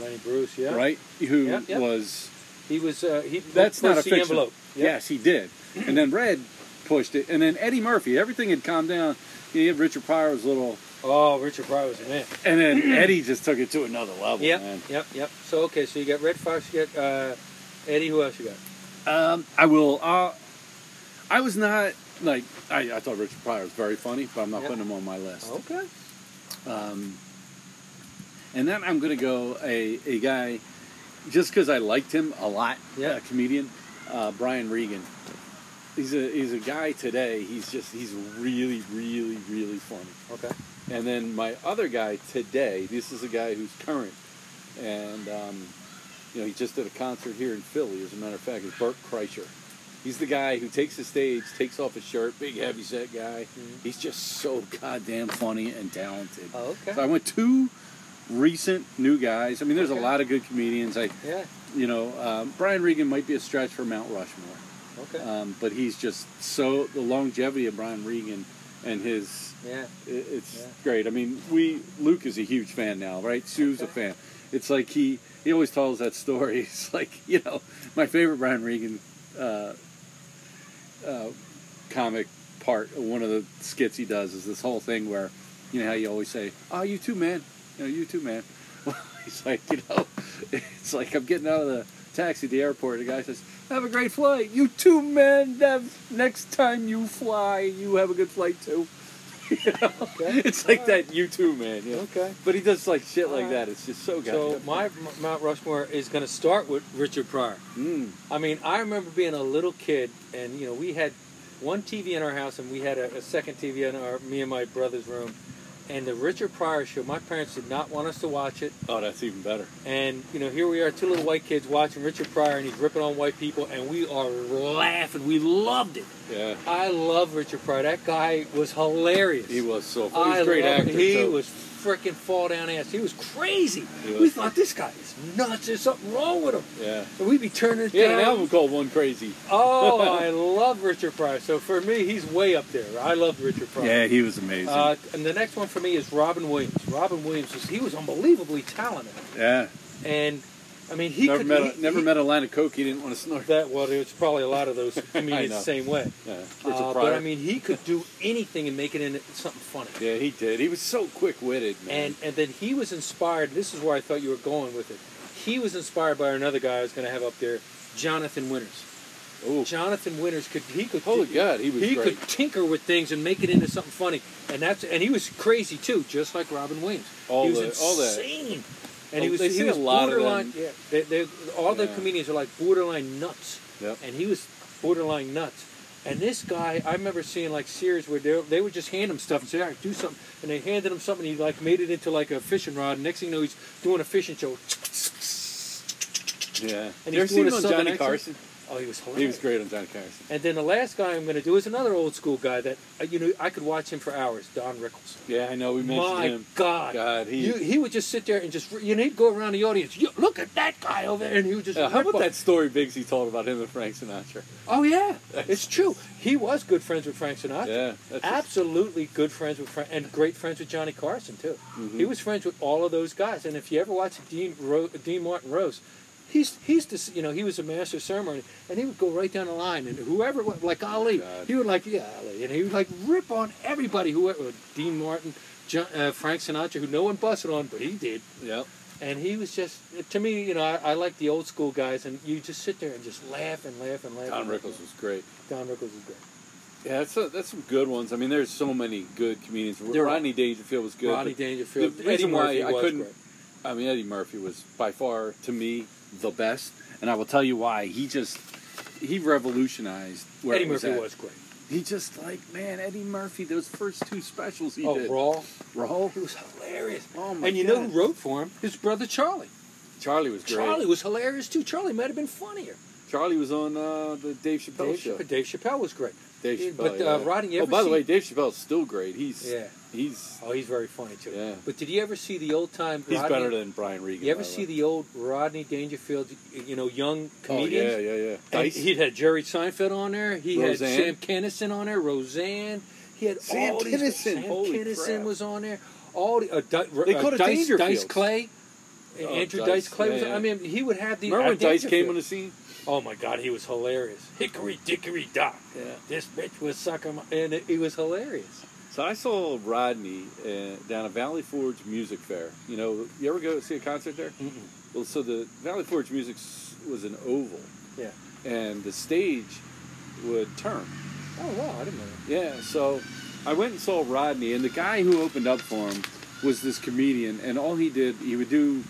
Speaker 3: Lenny Bruce. Yeah.
Speaker 2: right? Who
Speaker 3: Yep, yep.
Speaker 2: was
Speaker 3: He was. Uh, he
Speaker 2: That's
Speaker 3: pushed
Speaker 2: not a
Speaker 3: the
Speaker 2: fiction.
Speaker 3: envelope. Yep.
Speaker 2: Yes, he did. And then Red pushed it. And then Eddie Murphy, everything had calmed down. He had Richard Pryor was little.
Speaker 3: Oh, Richard Pryor was a man.
Speaker 2: And then Eddie just took it to another level,
Speaker 3: Yep.
Speaker 2: man.
Speaker 3: Yep. Yep. So okay, so you got Red Fox. You got uh, Eddie. Who else you got?
Speaker 2: Um, I will. Uh, I was not, like, I, I thought Richard Pryor was very funny, but I'm not
Speaker 3: Yep. Oh.
Speaker 2: putting him on my list.
Speaker 3: Okay.
Speaker 2: Um, and then I'm going to go a, a guy, just because I liked him a lot,
Speaker 3: Yeah.
Speaker 2: a comedian, uh, Brian Regan. He's a, he's a guy today. He's just, he's really, really, really funny.
Speaker 3: Okay.
Speaker 2: And then my other guy today, this is a guy who's current, and um, you know he just did a concert here in Philly. As a matter of fact, is Burt Kreischer. He's the guy who takes the stage, takes off his shirt, big heavy set guy.
Speaker 3: Mhm.
Speaker 2: He's just so goddamn funny and talented.
Speaker 3: Oh, okay.
Speaker 2: So I went two recent new guys. I mean, there's
Speaker 3: Okay.
Speaker 2: a lot of good comedians. I,
Speaker 3: yeah.
Speaker 2: you know, um, Brian Regan might be a stretch for Mount Rushmore.
Speaker 3: Okay.
Speaker 2: Um, but he's just so the longevity of Brian Regan and his
Speaker 3: yeah.
Speaker 2: it- it's
Speaker 3: Yeah.
Speaker 2: great. I mean, we Luke is a huge fan now, right? Sue's a fan. It's like he he always tells that story. It's like you know, my favorite Brian Regan uh, uh, comic part. One of the skits he does is this whole thing where you know how you always say, "Oh, you too, man." You know, you too, man. Well, he's like, you know, it's like I'm getting out of the taxi at the airport. The guy says, "Have a great flight, you two men. Have, next time you fly, you have a good flight too." You know?
Speaker 3: Okay.
Speaker 2: It's like that, you too, man. You know?
Speaker 3: Okay.
Speaker 2: But he does like shit like
Speaker 3: Alright.
Speaker 2: that. It's just so
Speaker 3: So
Speaker 2: goddamn.
Speaker 3: my M- Mount Rushmore is going to start with Richard Pryor.
Speaker 2: Mm.
Speaker 3: I mean, I remember being a little kid, and you know, we had one TV in our house, and we had a, a second TV in our me and my brother's room. And the Richard Pryor show, my parents did not want us to watch it.
Speaker 2: Oh, that's even better.
Speaker 3: And you know, here we are, two little white kids watching Richard Pryor, and he's ripping on white people, and we are laughing. We loved it.
Speaker 2: Yeah,
Speaker 3: I love Richard Pryor. That guy was hilarious.
Speaker 2: he was so. He's
Speaker 3: I
Speaker 2: a great
Speaker 3: love-
Speaker 2: actor.
Speaker 3: He
Speaker 2: too.
Speaker 3: was freaking fall down ass. He was crazy.
Speaker 2: He
Speaker 3: We
Speaker 2: was.
Speaker 3: thought this guy is nuts. There's something wrong with him.
Speaker 2: Yeah.
Speaker 3: And we'd be turning it
Speaker 2: He had
Speaker 3: down.
Speaker 2: an album called One Crazy.
Speaker 3: Oh, I love Richard Pryor. So for me, he's way up there. I love Richard Pryor.
Speaker 2: he was amazing.
Speaker 3: Uh, and the next one for me is Robin Williams. Robin Williams was he was unbelievably talented,
Speaker 2: yeah.
Speaker 3: and I mean he
Speaker 2: never
Speaker 3: could
Speaker 2: met
Speaker 3: he-
Speaker 2: a, never
Speaker 3: he-
Speaker 2: met a line of coke he didn't want to snort.
Speaker 3: that. Well, it's probably a lot of those comedians
Speaker 2: know.
Speaker 3: the same way.
Speaker 2: Yeah, Richard
Speaker 3: Uh, but
Speaker 2: Pryor.
Speaker 3: I mean, he could do anything and make it into something funny.
Speaker 2: yeah, he did. He was so quick witted, man.
Speaker 3: and and then he was inspired. This is where I thought you were going with it. He was inspired by another guy I was going to have up there, Jonathan Winters.
Speaker 2: oh,
Speaker 3: Jonathan Winters could he could
Speaker 2: holy God, he was
Speaker 3: he
Speaker 2: great.
Speaker 3: could tinker with things and make it into something funny, and that's and he was crazy too, just like Robin Williams.
Speaker 2: All
Speaker 3: he was
Speaker 2: the- all that.
Speaker 3: insane, and he
Speaker 2: Oh,
Speaker 3: was
Speaker 2: they
Speaker 3: he
Speaker 2: say
Speaker 3: was
Speaker 2: a lot of
Speaker 3: borderline.
Speaker 2: them.
Speaker 3: Yeah, they, they, all the
Speaker 2: Yeah.
Speaker 3: comedians are like borderline nuts,
Speaker 2: Yep.
Speaker 3: and he was borderline nuts. And this guy, I remember seeing like series where they they would just hand him stuff and say, "All right, do something," and they handed him something. He like made it into like a fishing rod. And next thing you know, he's doing a fishing show.
Speaker 2: yeah.
Speaker 3: and
Speaker 2: you ever
Speaker 3: he's
Speaker 2: seen
Speaker 3: doing
Speaker 2: him
Speaker 3: a
Speaker 2: on
Speaker 3: Southern
Speaker 2: Johnny
Speaker 3: accent.
Speaker 2: Carson?
Speaker 3: Oh, he was hilarious.
Speaker 2: He was great on Johnny Carson.
Speaker 3: And then the last guy I'm going to do is another old school guy that uh, you know I could watch him for hours. Don Rickles.
Speaker 2: Yeah, I know. We mentioned
Speaker 3: My
Speaker 2: him.
Speaker 3: God,
Speaker 2: God, he-
Speaker 3: you, he would just sit there and just you know he'd go around the audience. You, look at that guy over there, and he would just.
Speaker 2: Yeah, how
Speaker 3: rip
Speaker 2: about
Speaker 3: on-
Speaker 2: that story Bigsy told about him and Frank Sinatra?
Speaker 3: Oh yeah, it's true. He was good friends with Frank Sinatra.
Speaker 2: Yeah, that's
Speaker 3: Absolutely good friends with Frank, and great friends with Johnny Carson too.
Speaker 2: Mhm.
Speaker 3: He was friends with all of those guys. And if you ever watch Dean Ro- Dean Martin Rose, he's he's this, you know he was a master of ceremony, and he would go right down the line, and whoever went- like Ali,
Speaker 2: Oh, God.
Speaker 3: he would like yeah Ali, and he would like rip on everybody. Whoever Dean Martin, John, uh, Frank Sinatra, who no one busted on, but he did.
Speaker 2: yeah.
Speaker 3: And he was just to me, you know, I, I like the old school guys, and you just sit there and just laugh and laugh and laugh.
Speaker 2: Don
Speaker 3: and laugh.
Speaker 2: Rickles was great.
Speaker 3: Don Rickles is great.
Speaker 2: Yeah, that's a, that's some good ones. I mean, there's so many good comedians.
Speaker 3: There are.
Speaker 2: Rodney Dangerfield was good.
Speaker 3: Rodney
Speaker 2: but
Speaker 3: Dangerfield.
Speaker 2: the
Speaker 3: Eddie
Speaker 2: reason why
Speaker 3: Murphy
Speaker 2: I
Speaker 3: was
Speaker 2: couldn't-
Speaker 3: great.
Speaker 2: I mean, Eddie Murphy was by far to me the best, and I will tell you why. He just he revolutionized where
Speaker 3: Eddie
Speaker 2: it was
Speaker 3: Murphy
Speaker 2: at.
Speaker 3: was great.
Speaker 2: He just like man, Eddie Murphy. Those first two specials he
Speaker 3: oh,
Speaker 2: did.
Speaker 3: Raw.
Speaker 2: Raw.
Speaker 3: He was hilarious.
Speaker 2: Oh my
Speaker 3: And you know
Speaker 2: God.
Speaker 3: who wrote for him? His brother Charlie.
Speaker 2: Charlie was great.
Speaker 3: Charlie was hilarious too. Charlie might have been funnier.
Speaker 2: Charlie was on uh, the Dave Chappelle
Speaker 3: Dave,
Speaker 2: show.
Speaker 3: Chappelle, Dave Chappelle was great.
Speaker 2: Dave Chappelle.
Speaker 3: But, uh,
Speaker 2: yeah.
Speaker 3: Rodney, you
Speaker 2: Oh,
Speaker 3: ever
Speaker 2: by the
Speaker 3: see-
Speaker 2: way, Dave Chappelle's still great. He's
Speaker 3: Yeah.
Speaker 2: he's
Speaker 3: Oh, he's very funny too.
Speaker 2: Yeah.
Speaker 3: But did you ever see the old time?
Speaker 2: he's
Speaker 3: Rodney,
Speaker 2: better than Brian Regan.
Speaker 3: You ever
Speaker 2: by
Speaker 3: see
Speaker 2: way.
Speaker 3: the old Rodney Dangerfield? You know, young comedians.
Speaker 2: Oh yeah, yeah, yeah.
Speaker 3: And
Speaker 2: Dice.
Speaker 3: he'd had Jerry Seinfeld on there. He
Speaker 2: Roseanne.
Speaker 3: had Sam Kennison on there. Roseanne. He had
Speaker 2: Sam
Speaker 3: all these.
Speaker 2: Kinison,
Speaker 3: Sam
Speaker 2: holy
Speaker 3: Kinison
Speaker 2: crap.
Speaker 3: was on there. All the uh, Di,
Speaker 2: They
Speaker 3: uh,
Speaker 2: called it
Speaker 3: Dice, Dice
Speaker 2: Dangerfield.
Speaker 3: Clay.
Speaker 2: Oh,
Speaker 3: Andrew
Speaker 2: Dice,
Speaker 3: Dice, Clay.
Speaker 2: yeah,
Speaker 3: was,
Speaker 2: yeah.
Speaker 3: I mean, he would have these.
Speaker 2: Remember when
Speaker 3: uh,
Speaker 2: Dice came
Speaker 3: Dangerfield.
Speaker 2: on the scene?
Speaker 3: Oh my God, he was hilarious. Hickory dickory dock.
Speaker 2: Yeah.
Speaker 3: This bitch was sucking my, and it, it was hilarious.
Speaker 2: So I saw Rodney uh, down at Valley Forge Music Fair. You know, you ever go see a concert there? Well, so the Valley Forge Music s- was an oval,
Speaker 3: Yeah.
Speaker 2: and the stage would turn.
Speaker 3: Oh wow, I didn't know.
Speaker 2: Yeah, so I went and saw Rodney, and the guy who opened up for him was this comedian, and all he did, he would do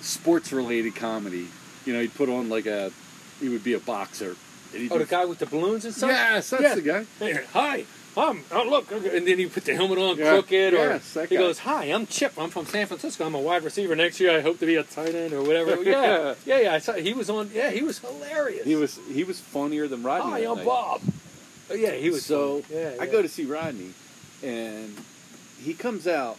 Speaker 2: sports-related comedy. You know, he'd put on like a, he would be a boxer. And he'd
Speaker 3: That. Oh,
Speaker 2: do-
Speaker 3: the guy with the balloons and stuff.
Speaker 2: Yes, that's
Speaker 3: Yeah.
Speaker 2: the guy.
Speaker 3: Hey, hi, I'm. Oh, look, and then he put the helmet on
Speaker 2: Yeah.
Speaker 3: crooked, or
Speaker 2: Yes, that
Speaker 3: he
Speaker 2: guy.
Speaker 3: goes, "Hi, I'm Chip. I'm from San Francisco. I'm a wide receiver. Next year, I hope to be a tight end or whatever." yeah, yeah, yeah. I saw he was on. Yeah, he was hilarious.
Speaker 2: He was he was funnier than Rodney.
Speaker 3: Hi,
Speaker 2: that
Speaker 3: I'm
Speaker 2: night.
Speaker 3: Bob. Oh, yeah, he was.
Speaker 2: so
Speaker 3: funny. yeah,
Speaker 2: I
Speaker 3: yeah.
Speaker 2: go to see Rodney, and he comes out,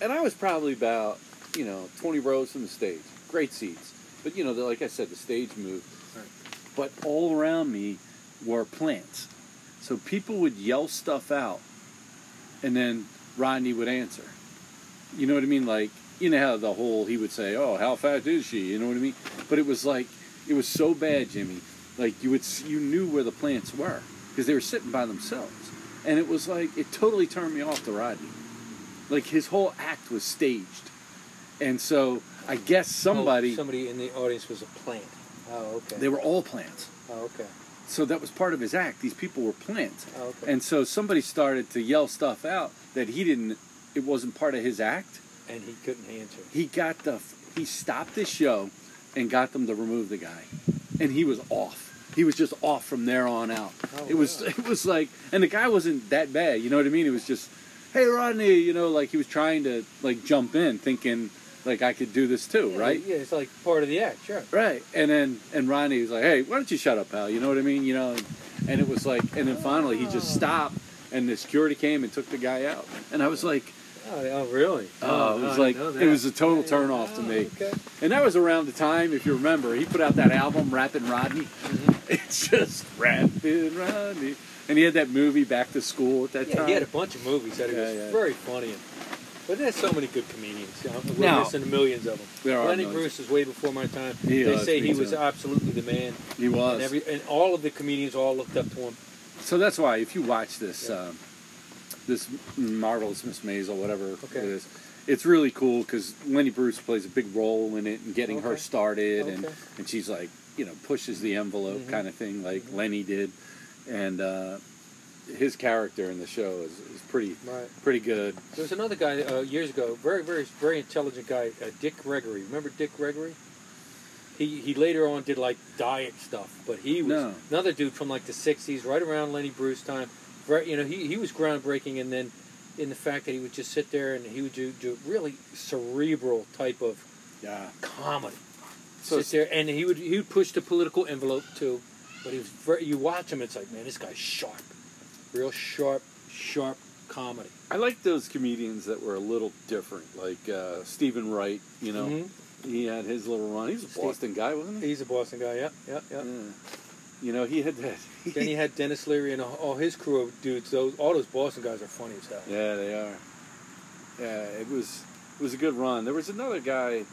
Speaker 2: and I was probably about you know twenty rows from the stage. Great seats, but you know, the, like I said, the stage moved.
Speaker 3: Right.
Speaker 2: But all around me were plants, so people would yell stuff out, and then Rodney would answer. You know what I mean? Like you know how the whole he would say, "Oh, how fat is she?" You know what I mean? But it was like it was so bad, Jimmy. Like you would s- you knew where the plants were because they were sitting by themselves, and it was like it totally turned me off to Rodney. Like his whole act was staged, and so I guess
Speaker 3: Oh,
Speaker 2: somebody
Speaker 3: somebody in the audience was a plant. Oh, okay.
Speaker 2: They were all plants.
Speaker 3: oh, okay.
Speaker 2: So that was part of his act. These people were plants.
Speaker 3: Oh, okay.
Speaker 2: And so somebody started to yell stuff out that he didn't, it wasn't part of his act.
Speaker 3: And he couldn't answer.
Speaker 2: He got the, he stopped the show and got them to remove the guy. And he was off. He was just off from there on out.
Speaker 3: Oh,
Speaker 2: it was,
Speaker 3: wow.
Speaker 2: it was like, and the guy wasn't that bad, you know what I mean? It was just, hey, Rodney, you know, like he was trying to like jump in thinking like I could do this too,
Speaker 3: Yeah,
Speaker 2: right?
Speaker 3: Yeah, it's like part of the act, sure.
Speaker 2: Right. And then and Ronnie was like, "Hey, why don't you shut up, pal?" You know what I mean? You know, and, and it was like, and then finally he just stopped, and the security came and took the guy out, and I was like,
Speaker 3: Oh, oh really?
Speaker 2: "Oh, it
Speaker 3: no,
Speaker 2: was
Speaker 3: I
Speaker 2: like
Speaker 3: didn't know
Speaker 2: it
Speaker 3: that.
Speaker 2: was a total
Speaker 3: Yeah,
Speaker 2: turn off to
Speaker 3: oh,
Speaker 2: me."
Speaker 3: Okay.
Speaker 2: And that was around the time, if you remember, he put out that album, Rappin' Rodney.
Speaker 3: Mm-hmm.
Speaker 2: It's just Rappin' Rodney, and he had that movie Back to School at that
Speaker 3: Yeah,
Speaker 2: time.
Speaker 3: he had a bunch of movies that he
Speaker 2: Yeah,
Speaker 3: was
Speaker 2: yeah.
Speaker 3: very funny in. But there's so many good comedians. You know, we're
Speaker 2: Now-
Speaker 3: missing millions of them.
Speaker 2: There are
Speaker 3: Lenny
Speaker 2: millions.
Speaker 3: Bruce is way before my time.
Speaker 2: He
Speaker 3: they
Speaker 2: is,
Speaker 3: say
Speaker 2: me
Speaker 3: he was
Speaker 2: too.
Speaker 3: absolutely the man,
Speaker 2: He
Speaker 3: and
Speaker 2: was.
Speaker 3: every and all of the comedians all looked up to him.
Speaker 2: So that's why if you watch this,
Speaker 3: Yeah.
Speaker 2: um, this marvelous Miss Maisel, whatever
Speaker 3: Okay.
Speaker 2: it is, it's really cool because Lenny Bruce plays a big role in it and getting her
Speaker 3: Okay.
Speaker 2: started, and
Speaker 3: Okay.
Speaker 2: and she's like, you know, pushes the envelope
Speaker 3: Mhm.
Speaker 2: kind of thing, like Lenny did, and uh, his character in the show is, is pretty
Speaker 3: Right.
Speaker 2: pretty good.
Speaker 3: There was another guy uh, years ago, very, very, very intelligent guy, uh, Dick Gregory. Remember Dick Gregory? He he later on did like diet stuff, but he was
Speaker 2: No.
Speaker 3: another dude from like the '60s, right around Lenny Bruce time. Right, you know, he he was groundbreaking, and then in the fact that he would just sit there and he would do, do really cerebral type of
Speaker 2: Yeah.
Speaker 3: comedy.
Speaker 2: So
Speaker 3: sit there, and he would he would push the political envelope too, but he was very, you watch him, it's like man, this guy's sharp, real sharp, sharp comedy.
Speaker 2: I like those comedians that were a little different, like uh, Stephen Wright. You know,
Speaker 3: Mhm.
Speaker 2: he had his little run. He's a
Speaker 3: Steve-
Speaker 2: Boston guy, wasn't he?
Speaker 3: He's a Boston guy, yeah, yeah, yeah.
Speaker 2: Yeah. You know, he had that.
Speaker 3: Then he had Dennis Leary and all his crew of dudes. Those all those Boston guys are funny as hell.
Speaker 2: Yeah, they are. Yeah, it was it was a good run. There was another guy.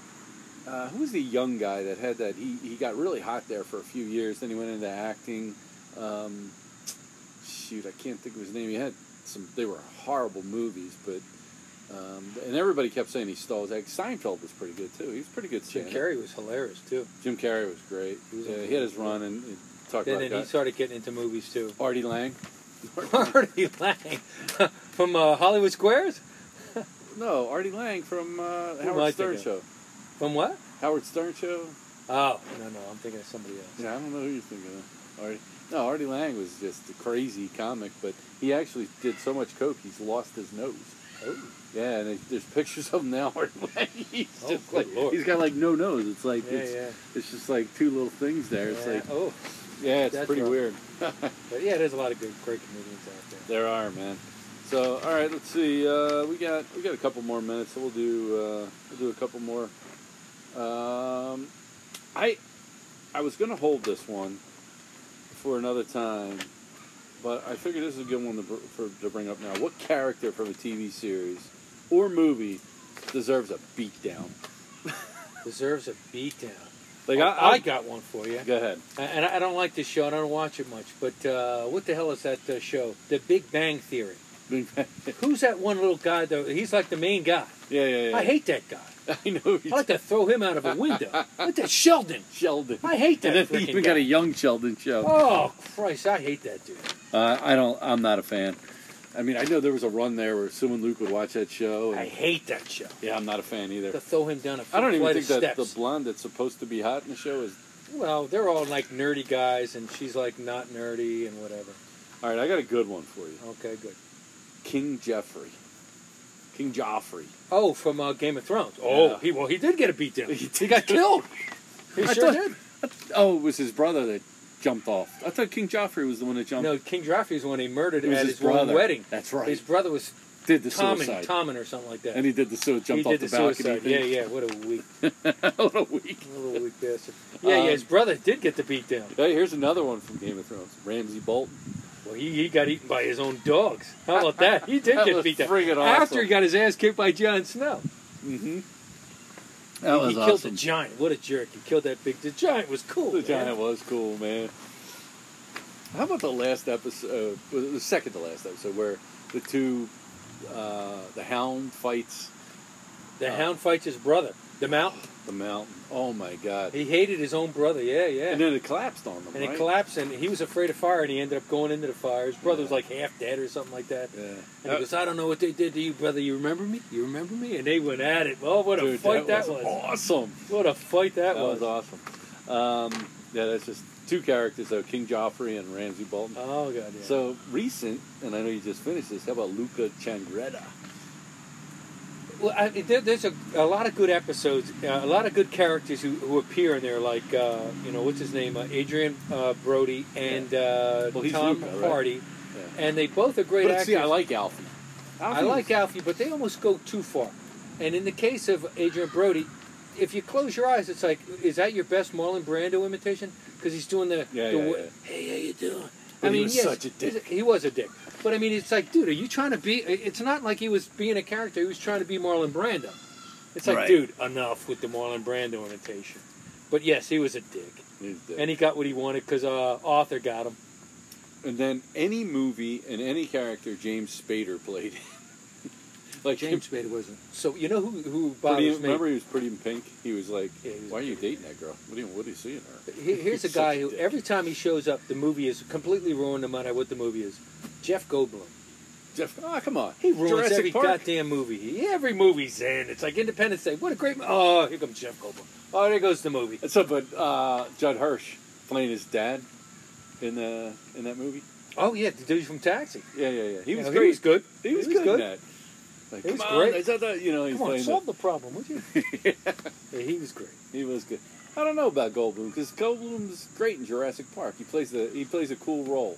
Speaker 2: Uh, who was the young guy that had that? He he got really hot there for a few years. Then he went into acting. Um, shoot, I can't think of his name. He had some. They were horrible movies, but um, and everybody kept saying he stole his act. Seinfeld was pretty good too. He was a pretty good.
Speaker 3: Jim
Speaker 2: stand-up.
Speaker 3: Carrey was hilarious too.
Speaker 2: Jim Carrey was great.
Speaker 3: He was
Speaker 2: yeah,
Speaker 3: a-
Speaker 2: he had his run and and talk
Speaker 3: Then,
Speaker 2: about
Speaker 3: then he
Speaker 2: that.
Speaker 3: started getting into movies too.
Speaker 2: Artie Lang.
Speaker 3: Artie Lang from uh, Hollywood Squares.
Speaker 2: No, Artie Lang from uh,
Speaker 3: am I
Speaker 2: Howard Stern
Speaker 3: thinking
Speaker 2: show.
Speaker 3: From what?
Speaker 2: Howard Stern show.
Speaker 3: Oh no no, I'm thinking of somebody else.
Speaker 2: Yeah, I don't know who you're thinking of. Artie. No, Artie Lang was just a crazy comic, but he actually did so much coke he's lost his nose.
Speaker 3: Oh,
Speaker 2: Yeah, and it, there's pictures of him now. Artie Lang, he's
Speaker 3: Oh,
Speaker 2: just
Speaker 3: good
Speaker 2: like
Speaker 3: lord.
Speaker 2: he's got like no nose. It's like
Speaker 3: yeah
Speaker 2: it's,
Speaker 3: yeah.
Speaker 2: it's just like two little things there. It's
Speaker 3: Yeah,
Speaker 2: like
Speaker 3: oh,
Speaker 2: yeah, it's
Speaker 3: That's
Speaker 2: pretty
Speaker 3: rough.
Speaker 2: weird.
Speaker 3: but yeah, there's a lot of good, great comedians out there.
Speaker 2: There are man. So all right, let's see. Uh, we got we got a couple more minutes, so we'll do uh, we'll do a couple more. Um, I I was gonna hold this one for another time, but I figured this is a good one to, br- for, to bring up now. What character from a TV series or movie deserves a beatdown?
Speaker 3: Deserves a beatdown.
Speaker 2: Like
Speaker 3: I,
Speaker 2: I, I,
Speaker 3: got one for you,
Speaker 2: go ahead.
Speaker 3: I- and I I don't like this show. and I don't watch it much, but uh, what the hell is that uh, show? The Big Bang Theory.
Speaker 2: yeah,
Speaker 3: Who's that one little guy though? He's like the main guy.
Speaker 2: yeah, yeah.
Speaker 3: I hate that guy.
Speaker 2: I know.
Speaker 3: I like to throw him out of a window. Look at Sheldon.
Speaker 2: Sheldon.
Speaker 3: I hate that.
Speaker 2: and then
Speaker 3: freaking
Speaker 2: they even
Speaker 3: guy.
Speaker 2: got a young Sheldon show.
Speaker 3: Oh Christ! I hate that dude.
Speaker 2: Uh, I don't. I'm not a fan. I mean, I know there was a run there where Sue and Luke would watch that show. And,
Speaker 3: I hate that show.
Speaker 2: yeah, I'm not a fan either.
Speaker 3: To throw him down a
Speaker 2: I don't even
Speaker 3: flight
Speaker 2: think
Speaker 3: of
Speaker 2: that
Speaker 3: steps.
Speaker 2: the blonde that's supposed to be hot in the show is.
Speaker 3: well, they're all like nerdy guys, and she's like not nerdy and whatever.
Speaker 2: All right, I got a good one for you.
Speaker 3: Okay, good.
Speaker 2: King Jeffrey. King Joffrey.
Speaker 3: Oh, from uh, Game of Thrones. Oh,
Speaker 2: Yeah.
Speaker 3: he well he did get a beat down.
Speaker 2: He
Speaker 3: He,
Speaker 2: did.
Speaker 3: got killed. He
Speaker 2: I
Speaker 3: sure
Speaker 2: thought-
Speaker 3: did.
Speaker 2: Oh, it was his brother that jumped off. I thought King Joffrey was the one that jumped.
Speaker 3: No, King Joffrey's one he murdered
Speaker 2: it was
Speaker 3: at
Speaker 2: his,
Speaker 3: his,
Speaker 2: brother.
Speaker 3: own wedding.
Speaker 2: That's right.
Speaker 3: His brother was
Speaker 2: did the
Speaker 3: Tommen,
Speaker 2: suicide.
Speaker 3: Tommen or something like that.
Speaker 2: And he did the suicide. Jumped
Speaker 3: he
Speaker 2: off
Speaker 3: did
Speaker 2: the,
Speaker 3: the
Speaker 2: balcony.
Speaker 3: suicide. Yeah, yeah. What a weak
Speaker 2: yeah. what a week.
Speaker 3: A little weak bastard. Yeah,
Speaker 2: Um,
Speaker 3: yeah, his brother did get the beat down.
Speaker 2: Hey, here's another one from Game of Thrones. Ramsey Bolton.
Speaker 3: Well, he, he got eaten by his own dogs. How about that? He did
Speaker 2: That
Speaker 3: get
Speaker 2: was
Speaker 3: beat down.
Speaker 2: friggin'
Speaker 3: After
Speaker 2: awesome.
Speaker 3: he got his ass kicked by Jon Snow.
Speaker 2: Mm-hmm.
Speaker 3: he he killed the giant. What a jerk. He killed that big... The giant was cool,
Speaker 2: The
Speaker 3: man.
Speaker 2: giant was cool, man. How about the last episode, uh, the second to last episode, where the two, uh, the hound fights?
Speaker 3: The hound fights his brother. The mountain.
Speaker 2: the mountain. Oh my God!
Speaker 3: He hated his own brother. Yeah, yeah.
Speaker 2: And then it collapsed on them.
Speaker 3: and
Speaker 2: right?
Speaker 3: it collapsed, and he was afraid of fire, and he ended up going into the fire. His brother was like half dead or something like that.
Speaker 2: Yeah.
Speaker 3: And he goes, I don't know what they did to you, brother. You remember me? You remember me? And they went at it. Well, what a
Speaker 2: Dude,
Speaker 3: fight that, was.
Speaker 2: Awesome.
Speaker 3: What a fight that,
Speaker 2: That
Speaker 3: was.
Speaker 2: was awesome. Um, yeah, that's just two characters though: King Joffrey and Ramsey Bolton.
Speaker 3: Oh, God, yeah.
Speaker 2: So recent, and I know you just finished this. How about Luca Changretta?
Speaker 3: well, I, there, there's a, a lot of good episodes, uh, a lot of good characters who, who appear in there, like, uh, you know, what's his name? Uh, Adrian uh, Brody and uh,
Speaker 2: Well, he's
Speaker 3: Tom
Speaker 2: Luca, right?
Speaker 3: Hardy.
Speaker 2: Yeah.
Speaker 3: And they both are great
Speaker 2: but
Speaker 3: actors.
Speaker 2: see, I like Alfie.
Speaker 3: I like Alfie, but they almost go too far. And in the case of Adrian Brody, if you close your eyes, it's like, is that your best Marlon Brando imitation? Because he's doing the,
Speaker 2: Yeah,
Speaker 3: the
Speaker 2: yeah,
Speaker 3: wa-
Speaker 2: yeah.
Speaker 3: hey, how you doing?
Speaker 2: But
Speaker 3: I
Speaker 2: he
Speaker 3: mean,
Speaker 2: was
Speaker 3: yes,
Speaker 2: such a dick.
Speaker 3: he's he was a dick. But I mean, it's like, dude, are you trying to be? It's not like he was being a character. He was trying to be Marlon Brando. It's like,
Speaker 2: Right.
Speaker 3: dude, enough with the Marlon Brando imitation. But yes, he was a dick,
Speaker 2: He's dead.
Speaker 3: and he got what he wanted because uh, Arthur got him.
Speaker 2: And then any movie and any character James Spader played. like
Speaker 3: James Spade wasn't. So you know who who
Speaker 2: Pretty,
Speaker 3: bothers me?
Speaker 2: remember he was pretty in pink. He was like,
Speaker 3: Yeah, he was
Speaker 2: "Why are you dating that girl? What are you, what are you seeing her?"
Speaker 3: Here- Here's a
Speaker 2: Such
Speaker 3: guy
Speaker 2: a
Speaker 3: who
Speaker 2: dick.
Speaker 3: every time he shows up, the movie is completely ruined, no matter what the movie is. Jeff Goldblum.
Speaker 2: Jeff, oh come on,
Speaker 3: He ruins
Speaker 2: Jurassic
Speaker 3: every
Speaker 2: Park.
Speaker 3: goddamn movie. He, every movie's in. It's like Independence Day. What a great. Mo- oh, here comes Jeff Goldblum. Oh, there goes the movie.
Speaker 2: And So, but uh, Judd Hirsch playing his dad in the in that movie.
Speaker 3: Oh yeah, the dude from Taxi.
Speaker 2: Yeah, yeah, yeah. He was
Speaker 3: Yeah,
Speaker 2: great.
Speaker 3: He was good.
Speaker 2: He was, good, in that. Like,
Speaker 3: He was
Speaker 2: come on,
Speaker 3: great.
Speaker 2: is that the- you know, he's
Speaker 3: Come on,
Speaker 2: playing
Speaker 3: solve
Speaker 2: the,
Speaker 3: the problem, would you? yeah, he was great.
Speaker 2: He was good. I don't know about Goldblum because Goldblum's great in Jurassic Park. He plays the he plays a cool role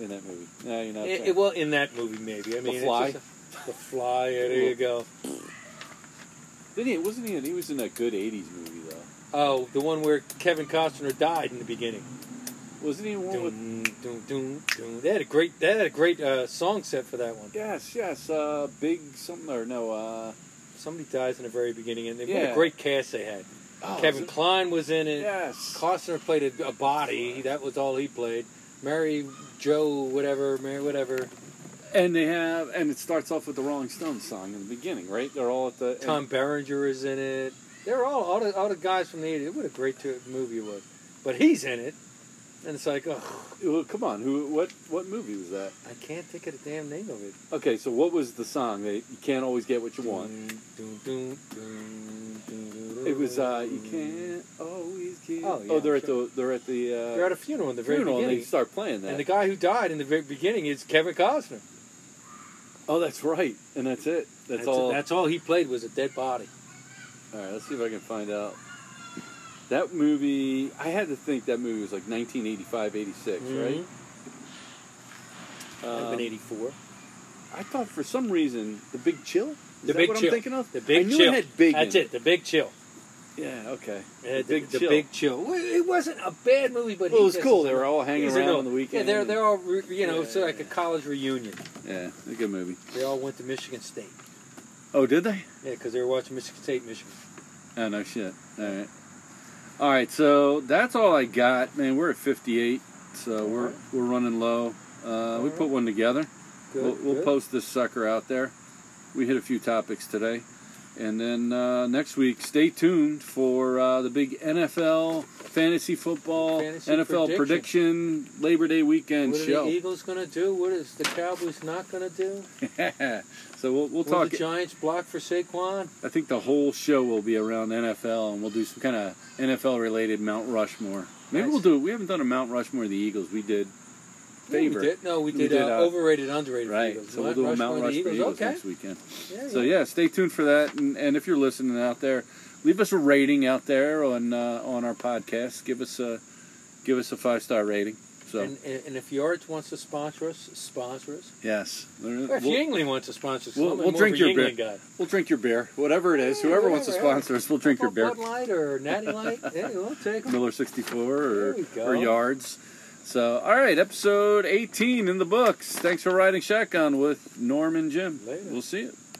Speaker 2: in that movie. No, you're not. a
Speaker 3: It,
Speaker 2: fan.
Speaker 3: it- well, in that movie, maybe. I mean, it's
Speaker 2: Fly?
Speaker 3: just a- the fly. Yeah, there you go.
Speaker 2: Didn't he? Wasn't he? in- He was in that good '80s movie though.
Speaker 3: Oh, the one where Kevin Costner died in the beginning.
Speaker 2: Wasn't he in one
Speaker 3: Dun,
Speaker 2: with?
Speaker 3: dun, dun, dun. They had a great, they had a great uh, song set for that one.
Speaker 2: Yes, yes. Uh, big something or no? Uh,
Speaker 3: Somebody dies in the very beginning, and they, what
Speaker 2: Yeah.
Speaker 3: a great cast they had.
Speaker 2: oh,
Speaker 3: Kevin
Speaker 2: is it-
Speaker 3: Klein was in it.
Speaker 2: Yes.
Speaker 3: Costner played a, a body. That was all he played. Mary Joe, whatever, Mary whatever.
Speaker 2: And they have, and it starts off with the Rolling Stones song in the beginning, right? They're all at the
Speaker 3: Tom Berenger is in it. They're all all the, all the guys from the '80s. What a great t- movie it was. But he's in it, and it's like, oh,
Speaker 2: And, well, come on, who? What? What movie was that?
Speaker 3: I can't think of the damn name of it.
Speaker 2: Okay, so what was the song? That you can't always get what you want.
Speaker 3: Dun, dun, dun, dun, dun, dun,
Speaker 2: It was uh, you
Speaker 3: dun.
Speaker 2: can't always get.
Speaker 3: Oh, yeah,
Speaker 2: they're at
Speaker 3: sure.
Speaker 2: the they're at the uh,
Speaker 3: They're at a funeral in the very
Speaker 2: funeral and
Speaker 3: beginning.
Speaker 2: they start playing that.
Speaker 3: And the guy who died in the very beginning is Kevin Costner.
Speaker 2: oh, that's right, and that's it. That's, all.
Speaker 3: That's all he played was a dead body.
Speaker 2: All right, let's see if I can find out. That movie, I had to think that movie was like 1985, 86, right?
Speaker 3: Might have been
Speaker 2: Um,
Speaker 3: '84.
Speaker 2: I thought for some reason the Big Chill. Is
Speaker 3: The
Speaker 2: that
Speaker 3: Big
Speaker 2: what
Speaker 3: Chill.
Speaker 2: I'm thinking of?
Speaker 3: The big
Speaker 2: I knew
Speaker 3: chill.
Speaker 2: It had big.
Speaker 3: That's
Speaker 2: in
Speaker 3: it. The big chill.
Speaker 2: Yeah. Okay.
Speaker 3: Yeah, the,
Speaker 2: Big
Speaker 3: the
Speaker 2: Chill.
Speaker 3: big chill. Well, It wasn't a bad movie, but
Speaker 2: Well,
Speaker 3: he
Speaker 2: it was
Speaker 3: just-
Speaker 2: cool. They were all hanging
Speaker 3: he's an
Speaker 2: around
Speaker 3: old-
Speaker 2: on the weekend.
Speaker 3: Yeah, they're they're all re- you know, it's
Speaker 2: Yeah.
Speaker 3: like a college reunion.
Speaker 2: Yeah, a good movie.
Speaker 3: They all went to Michigan State.
Speaker 2: Oh, did they?
Speaker 3: Yeah, because they were watching Michigan State, Michigan.
Speaker 2: Oh no shit. All right. All right. So that's all I got, man. We're at 58, so we're
Speaker 3: right.
Speaker 2: we're running low. Uh, we
Speaker 3: right.
Speaker 2: put one together.
Speaker 3: Good,
Speaker 2: we'll we'll
Speaker 3: good.
Speaker 2: post this sucker out there. We hit a few topics today, and then uh, next week, stay tuned for uh, the big NFL fantasy football,
Speaker 3: Fantasy
Speaker 2: NFL prediction.
Speaker 3: prediction.
Speaker 2: Labor Day weekend
Speaker 3: What are the
Speaker 2: show.
Speaker 3: Eagles gonna do? What is the Cowboys not gonna do?
Speaker 2: so we'll, we'll
Speaker 3: Will
Speaker 2: talk.
Speaker 3: the Giants block for Saquon?
Speaker 2: I think the whole show will be around NFL, and we'll do some kind of NFL-related Mount Rushmore. Maybe
Speaker 3: Nice.
Speaker 2: we'll do. We haven't done a Mount Rushmore of the Eagles. We did favor,
Speaker 3: No, we did, no, we
Speaker 2: We
Speaker 3: did,
Speaker 2: did,
Speaker 3: uh,
Speaker 2: uh,
Speaker 3: overrated, underrated. for
Speaker 2: right?
Speaker 3: Eagles.
Speaker 2: So we'll do a Mount
Speaker 3: Rushmore
Speaker 2: Rushmore
Speaker 3: and the
Speaker 2: Eagles,
Speaker 3: Eagles. Okay.
Speaker 2: next weekend.
Speaker 3: Yeah,
Speaker 2: So
Speaker 3: yeah.
Speaker 2: yeah, stay tuned for that, and, and if you're listening out there, leave us a rating out there on uh, on our podcast. Give us a give us a five star rating. So
Speaker 3: And, and, and if Yards wants to sponsor us, sponsor us.
Speaker 2: yes,
Speaker 3: Or if
Speaker 2: We'll-
Speaker 3: Yingling wants to sponsor us,
Speaker 2: we'll-
Speaker 3: I'm
Speaker 2: we'll
Speaker 3: more
Speaker 2: drink
Speaker 3: of a
Speaker 2: your
Speaker 3: Yingling guy.
Speaker 2: we'll drink your beer, whatever it is.
Speaker 3: Yeah,
Speaker 2: Whoever wants to
Speaker 3: whatever.
Speaker 2: sponsor us, we'll drink your beer.
Speaker 3: Bud Light or Natty Light, yeah, we'll take 'em.
Speaker 2: Miller 64
Speaker 3: There
Speaker 2: or,
Speaker 3: we go.
Speaker 2: or yards. So, all right, episode 18 in the books. Thanks for riding shotgun with Norm and Jim.
Speaker 3: Later.
Speaker 2: We'll see you.